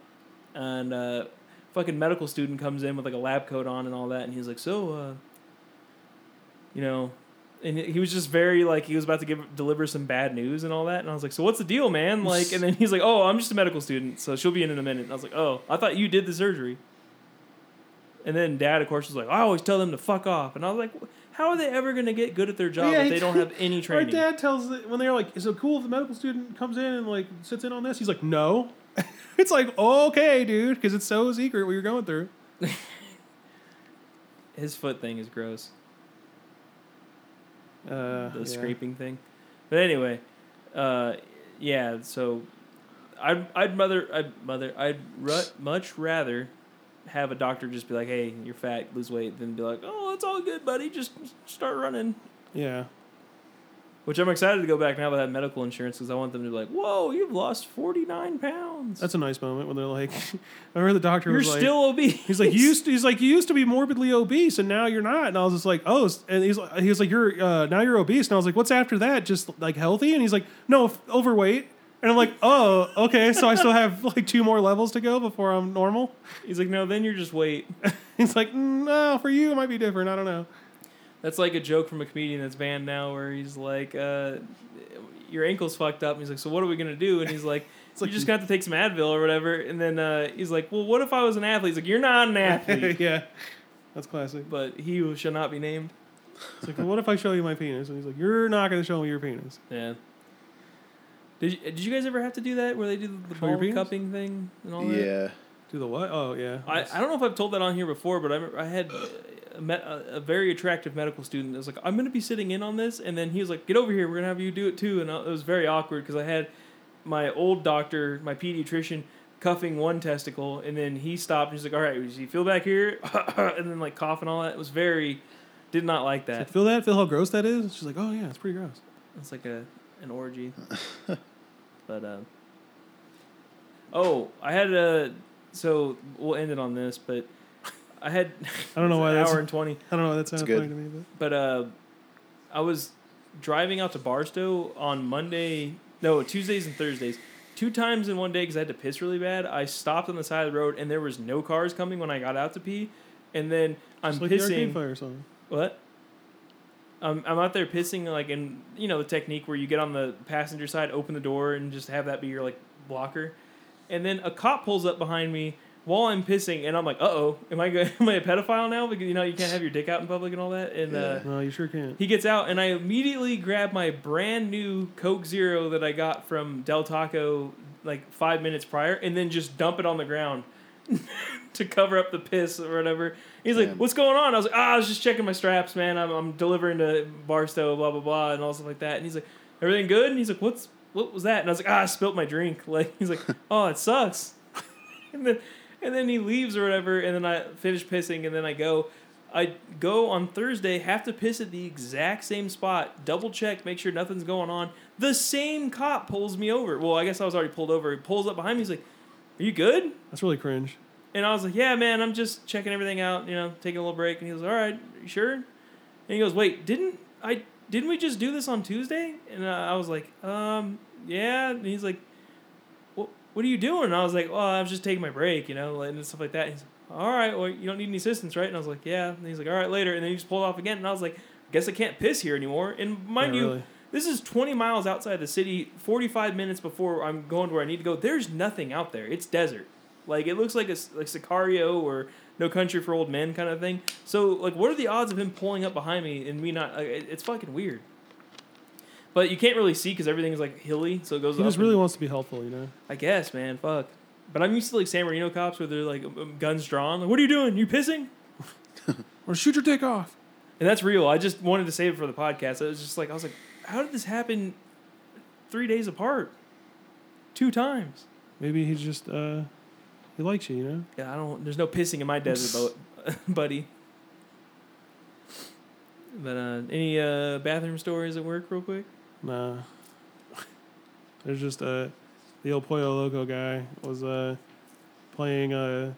And uh, fucking medical student comes in with like a lab coat on and all that, and he's like, so, uh, you know, and he was just very like he was about to give deliver some bad news and all that, and I was like, so what's the deal, man? Like, and then he's like, oh, I'm just a medical student, so she'll be in in a minute. And I was like, oh, I thought you did the surgery. And then dad, of course, was like, I always tell them to fuck off, and I was like. How are they ever going to get good at their job
Yeah,
if
he-
they don't have any
My
training?
dad tells the- when they're like, "Is it cool if the medical student comes in and like sits in on this?" He's like, "No." it's like, "Okay, dude," because it's so secret what you're going through.
His foot thing is gross.
Uh,
The
yeah.
scraping thing. But anyway, uh, yeah. So, I'd I'd mother I'd mother I'd ru- much rather have a doctor just be like, "Hey, you're fat, lose weight," than be like, "Oh, it's all good, buddy. Just start running."
Yeah.
Which I'm excited to go back now with that medical insurance because I want them to be like, "Whoa, you've lost 49 pounds.
That's a nice moment when they're like, I remember the doctor
you're
was like,
still obese."
he's like, you used to, he's like, you used to be morbidly obese and now you're not. And I was just like, oh, s- and he's like, he was like, you're, uh, now you're obese. And I was like, what's after that? Just like healthy? And he's like, no, f- overweight. And I'm like, oh, okay. So I still have like two more levels to go before I'm normal.
He's like, "No, then you're just weight."
He's like, no, for you, it might be different. I don't know.
That's like a joke from a comedian that's banned now, where he's like, uh, "Your ankle's fucked up." And he's like, "So what are we gonna do?" And he's like, "You
like-
just got to take some Advil or whatever." And then uh, he's like, "Well, what if I was an athlete?" He's like, "You're not an athlete,"
yeah. That's classic.
but he who shall not be named.
It's like, well, what if I show you my penis? And he's like, you're not going to show me your penis.
Yeah. Did you, did you guys ever have to do that where they do the
Show your
ball
penis?
cupping thing and all that?
Yeah.
Do the what? Oh, yeah.
I, I don't know if I've told that on here before, but I, remember I had a, met a, a very attractive medical student that was like, I'm going to be sitting in on this. And then he was like, Get over here. We're going to have you do it too. And I, it was very awkward because I had my old doctor, my pediatrician, cuffing one testicle. And then he stopped and he's like, All right, you feel back here? and then like cough and all that. It was very, did not like
It's like,
that.
feel that? Feel how gross that is? She's like, oh, yeah, it's pretty gross.
It's like a an orgy. but uh, oh, I had a so we'll end it on this, but I had
I don't know
it's
why
an
that's-
hour and twenty.
I don't know. That sounds
good.
funny to me. But.
But uh, I was driving out to Barstow on Monday, no Tuesdays and Thursdays, two times in one day because I had to piss really bad. I stopped on the side of the road and there was no cars coming when I got out to pee, and then I'm
It's like the
pissing.
Arcade Fire song.
What? I'm, I'm out there pissing like in you know the technique where you get on the passenger side, open the door, and just have that be your like blocker, and then a cop pulls up behind me while I'm pissing, and I'm like, uh oh, am I go- am I a pedophile now? Because you know you can't have your dick out in public and all that, and uh,
Yeah.
No, you sure can't.
he gets out, and I immediately grab my brand new Coke Zero that I got from Del Taco like five minutes prior, and then just dump it on the ground to cover up the piss or whatever. He's like,
Damn.
"What's going on?" I was like, "Ah, I was just checking my straps, man. I'm, I'm delivering to Barstow, blah blah blah, and all stuff like that." And he's like, "Everything good?" And he's like, "What's what was that?" And I was like, "Ah, I spilt my drink." Like he's like, "Oh, it sucks." and then and then he leaves or whatever, and then I finish pissing, and then I go. I go on Thursday, have to piss at the exact same spot, double check, make sure nothing's going on. The same cop pulls me over. Well, I guess I was already pulled over. He pulls up behind me. He's like, Are you good?
That's really cringe.
And I was like, Yeah, man, I'm just checking everything out, you know, taking a little break. And he was All right, you sure? And he goes, Wait, didn't I, didn't we just do this on Tuesday? And uh, I was like, Um, yeah. And he's like, what, what are you doing? And I was like, Well, I was just taking my break, you know, and stuff like that. And he's like, All right, well, you don't need any assistance, right? And I was like, Yeah. And he's like, All right, later. And then he just pulled off again. And I was like, I guess I can't piss here anymore. And mind
Yeah,
you,
really.
this is 20 miles outside the city, 45 minutes before I'm going to where I need to go. There's nothing out there. It's desert. Like it looks like a s- like Sicario or No Country for Old Men kind of thing. So like, what are the odds of him pulling up behind me and me not? Like, it- it's fucking weird. But you can't really see because everything's like hilly, so it goes.
He
up
just
and-
really wants to be helpful, you know.
I guess, man. Fuck. But I'm used to like San Marino cops where they're like um, um, guns drawn. Like, what are you doing? You pissing?
Or shoot your dick off.
And that's real. I just wanted to save it for the podcast. I was just like, I was like, how did this happen? Three days apart, two times.
Maybe he just uh, he likes you, you know.
Yeah, I don't. There's no pissing in my desert, boat, buddy. But uh, any uh, bathroom stories at work, real quick?
Nah. There's just uh, the El Pollo Loco guy was uh, playing uh,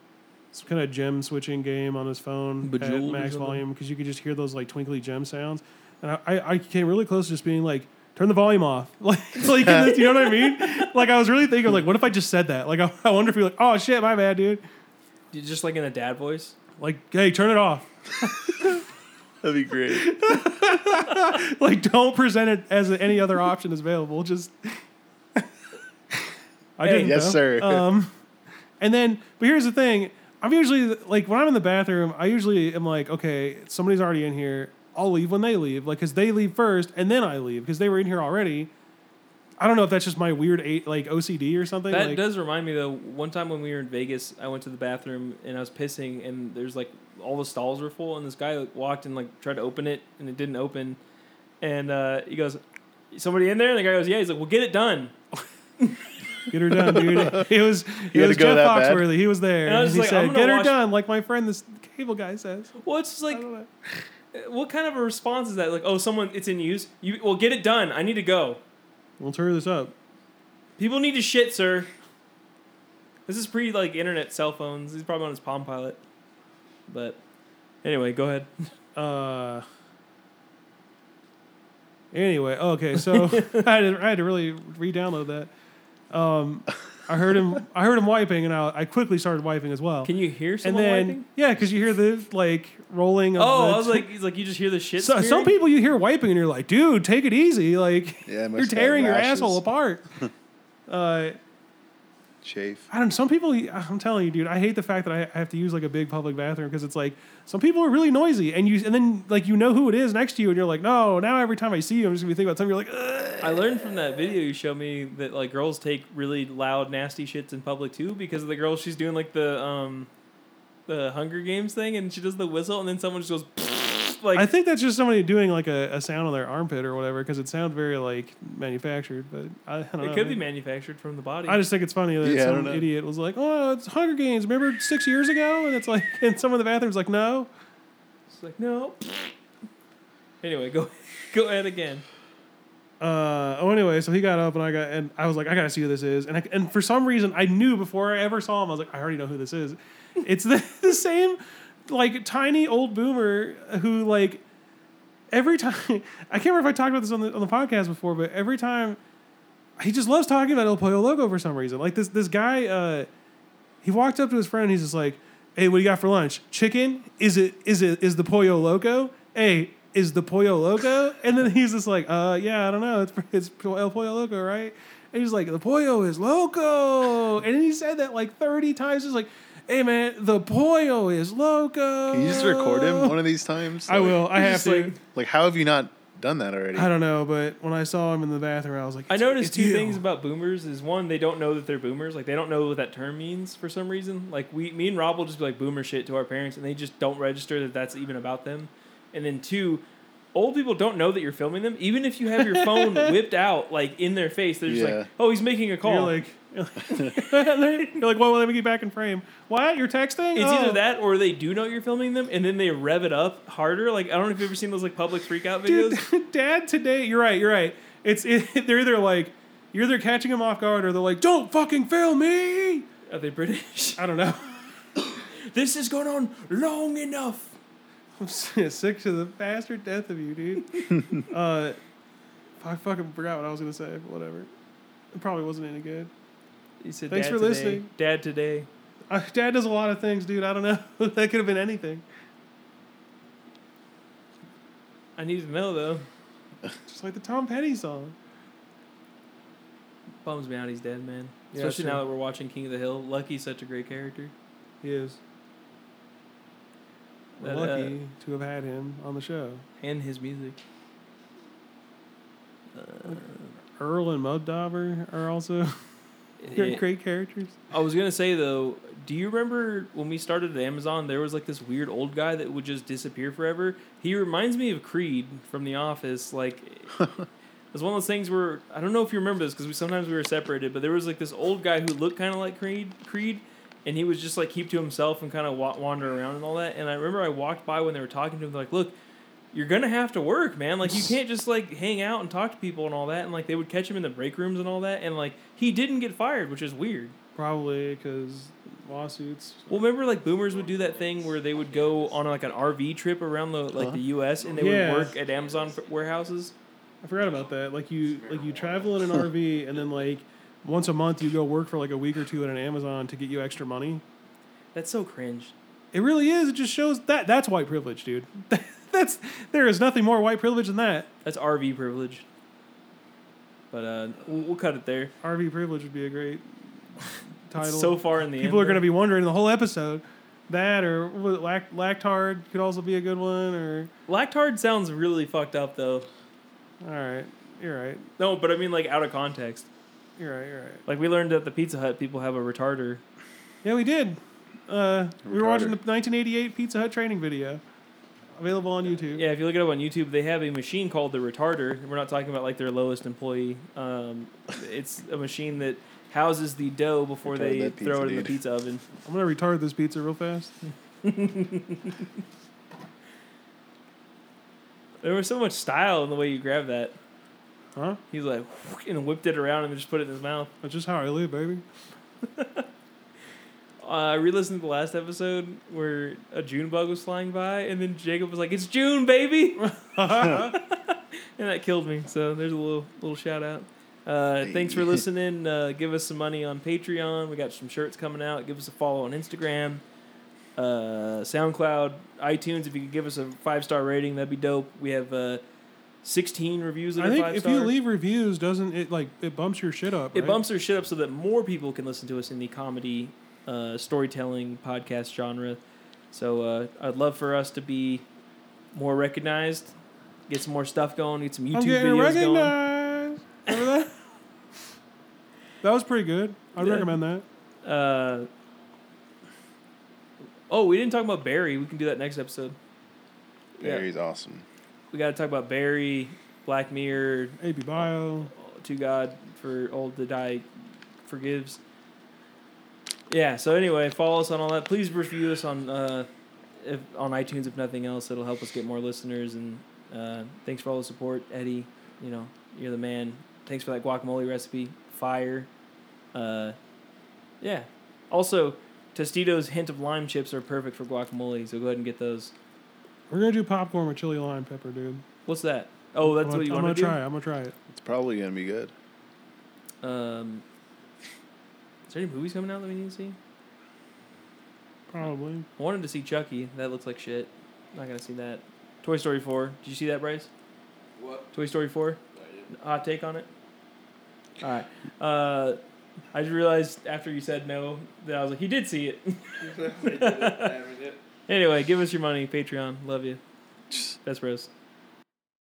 some kind of gem switching game on his phone
Bejeweled or
at max
something?
volume because you could just hear those like twinkly gem sounds, and I, I, I came really close to just being like. Turn the volume off, like, like in this- you know what I mean. Like I was really thinking, like, what if I just said that? Like I, I wonder if you're like, oh shit, my bad, dude.
You- Just like in a dad voice.
Like, hey, turn it off.
That'd be great.
like don't present it as any other option is available. Just I
Hey,
didn't
yes,
know.
sir.
Um, and then, but here's the thing: I'm usually like when I'm in the bathroom, I usually am like, okay, somebody's already in here. I'll leave when they leave, like because they leave first, and then I leave because they were in here already. I don't know if that's just my weird eight, like OCD or something.
That
like,
does remind me though. One time when we were in Vegas, I went to the bathroom and I was pissing, and there's like all the stalls were full, and this guy like, walked and like tried to open it, and it didn't open, and uh, he goes, "Somebody in there?" And the guy goes, "Yeah." He's like, "Well, get it done."
Get her done, dude. It was it
had
was
to go
Jeff
that bad?
Foxworthy. He was there,
And I
and,
was
he
just like, I'm
said,
gonna
"Get her
watch-
done," like my friend, this cable guy says.
Well, it's just
I
like,
don't know.
what kind of a response is that? Like, oh, someone, it's in use. You well, get it done. I need to go.
We'll tear this up.
People need to shit, sir. This is pre like internet cell phones. He's probably on his Palm Pilot. But anyway, go ahead.
Uh. Anyway, okay, so I, had to, I had to really re-download that. Um, I heard him. I heard him wiping, and I, I quickly started wiping as well.
Can you hear
and
someone
then
wiping?
yeah, because you hear the like rolling. Of
Oh,
the-
I was like, he's like, you just hear the shit.
So- some
smearing?
people you hear wiping, and you're like, dude, take it easy. Like
Yeah, it must
you're
have had
tearing your
rashes.
asshole apart. uh,
Chafe.
I don't. Some people, I'm telling you, dude. I hate the fact that I I have to use like a big public bathroom because it's like some people are really noisy, and you and then like you know who it is next to you, and you're like, no. Now every time I see you, I'm just gonna be thinking about something. You're like, Ugh.
I learned from that video you showed me that like girls take really loud, nasty shits in public too because of the girl she's doing like the um, the Hunger Games thing and she does the whistle and then someone just goes like
I think that's just somebody doing like a, a sound on their armpit or whatever because it sounds very like manufactured. But I, I don't know.
it could be
man.
manufactured from the body.
I just think it's funny that
Yeah, I don't
some
know.
idiot was like, oh, it's Hunger Games. Remember six years ago? And it's like, and someone in the bathroom's like, no.
It's like no. Anyway, go go ahead again.
uh, oh anyway, so he got up and I got and I was like, I gotta see who this is, and I, and for some reason I knew before I ever saw him, I was like, I already know who this is. It's the, the same like tiny old boomer who like every time I can't remember if I talked about this on the on the podcast before, but every time he just loves talking about El Pollo Loco for some reason. Like this this guy, uh, he walked up to his friend and he's just like, "Hey, what do you got for lunch? Chicken? Is it is it is the Pollo Loco? Hey, is the Pollo Loco?" And then he's just like, "Uh, yeah, I don't know. It's it's El Pollo Loco, right?" And he's like, "The Pollo is Loco," and he said that like thirty times. He's like. Hey man, the pollo is loco.
Can you just record him one of these times?
I
Like-
will. I have
Just
to.
like-
Like, how have you not done that already?
I don't know, but when I saw him in the bathroom, I was like,
I
"It's-
noticed
it's
two
you."
things about boomers is one, they don't know that they're boomers. Like they don't know what that term means for some reason. Like we, me and Rob will just be like boomer shit to our parents, and they just don't register that that's even about them. And then two, old people don't know that you're filming them. Even if you have your phone whipped out like in their face, they're just
Yeah.
like, "Oh, he's making a call."
You're like, you're like, well, let me get back in frame. What? You're texting?
It's
Oh.
either that or they do know you're filming them, and then they rev it up harder. Like I don't know if you've ever seen those like public freakout videos.
Dude, Dad today, you're right, you're right. It's it, they're either like you're either catching him off guard or they're like, "Don't fucking fail me."
Are they British?
I don't know.
this has gone on long enough.
I'm sick to the faster death of you, dude. uh, I fucking forgot what I was gonna say, but whatever. It probably wasn't any good.
He said,
Thanks
"Dad
for
today.
listening."
Dad today.
Uh, Dad does a lot of things, dude. I don't know. that could have been anything.
I need to know though.
Just like the Tom Petty song.
Bums me out. He's dead, man.
Yeah,
Especially
true.
now that we're watching King of the Hill. Lucky's such a great character.
He is. We're
That, uh,
lucky to have had him on the show.
and his music.
Earl and Mud Dauber are also great, great characters.
I was gonna say though, do you remember when we started at Amazon? There was like this weird old guy that would just disappear forever. He reminds me of Creed from The Office. Like, it's one of those things where I don't know if you remember this because we sometimes we were separated, but there was like this old guy who looked kind of like Creed. Creed. And he was just like keep to himself and kind of wa- wander around and all that. And I remember I walked by when they were talking to him, like, "Look, you're gonna have to work, man. Like you can't just like hang out and talk to people and all that. And like they would catch him in the break rooms and all that. And like he didn't get fired, which is weird.
Probably because lawsuits.
Well, remember like boomers would do that thing where they would go on like an RV trip around the like the U.S. and they
Yeah.
would work at Amazon f- warehouses.
I forgot about that. Like you, like you travel in an RV, and then like once a month you go work for like a week or two at an Amazon to get you extra money.
That's so cringe.
It really is. It just shows that that's white privilege, dude. that's there is nothing more white privilege than that.
That's RV privilege. But uh, we'll, we'll cut it there.
RV privilege would be a great
It's
title.
so far in the
people are
end,
going to
though.
be wondering the whole episode. That or what, lact- lactard could also be a good one. Or
Lactard sounds really fucked up though.
all right, you're right,
No, but I mean like out of context.
you're right, you're right.
Like we learned at the Pizza Hut, people have a retarder.
Yeah, we did. Uh, we were watching the
Retarded.
1988 Pizza Hut training video, available on YouTube.
Yeah, if you look it up on YouTube, they have a machine called the retarder. and We're not talking about like their lowest employee. Um, it's a machine that houses the dough before
Retard
they
that
throw it
pizza,
in the
dude.
pizza oven.
I'm gonna retard this pizza real fast.
There was so much style in the way you grabbed that.
Huh?
He's like and whipped it around and just put it in his mouth.
That's just how I live, baby.
Uh, I re-listened to the last episode where a June bug was flying by, and then Jacob was like, "It's June, baby," and that killed me. So there's a little little shout out. Uh, thanks for listening. Uh, give us some money on Patreon. We got some shirts coming out. Give us a follow on Instagram, uh, SoundCloud, iTunes. If you could give us a five star rating, that'd be dope. We have uh, 16 reviews. That
I
are
think
five
if
star.
you leave reviews, doesn't it like it bumps your shit up?
It
right?
bumps their shit up so that more people can listen to us in the comedy, uh, storytelling, podcast genre. So uh, I'd love for us to be more recognized, get some more stuff going, get some
I'm
YouTube
getting
videos going.
recognized. Remember that? that was pretty good. I'd
Yeah.
recommend that.
Uh, oh, we didn't talk about Barry. We can do that next episode. Yeah.
Barry's awesome.
We got to talk about Barry, Black Mirror,
AB Bio.
to God for old that I forgives. Yeah. So anyway, follow us on all that. Please review us on uh, if, on iTunes if nothing else. It'll help us get more listeners. And uh, thanks for all the support, Eddie. You know you're the man. Thanks for that guacamole recipe. Fire. Uh, yeah. Also, Tostitos hint of lime chips are perfect for guacamole. So go ahead and get those.
We're gonna do popcorn with chili lime pepper, dude.
What's that? Oh, that's
I'm gonna,
what you
I'm
want to do.
gonna try. It. I'm gonna try it.
It's probably gonna be good.
Um, is there any movies coming out that we need to see?
Probably.
I wanted to see Chucky. That looks like shit. Not gonna see that. Toy Story 4. Did you see that, Bryce?
What?
Toy Story 4?
I didn't.
Hot take on it? Alright. Uh, I just realized after you said no that I was like, he did see it.
I haven't yet.
anyway, give us your money. Patreon. Love you. Best bros.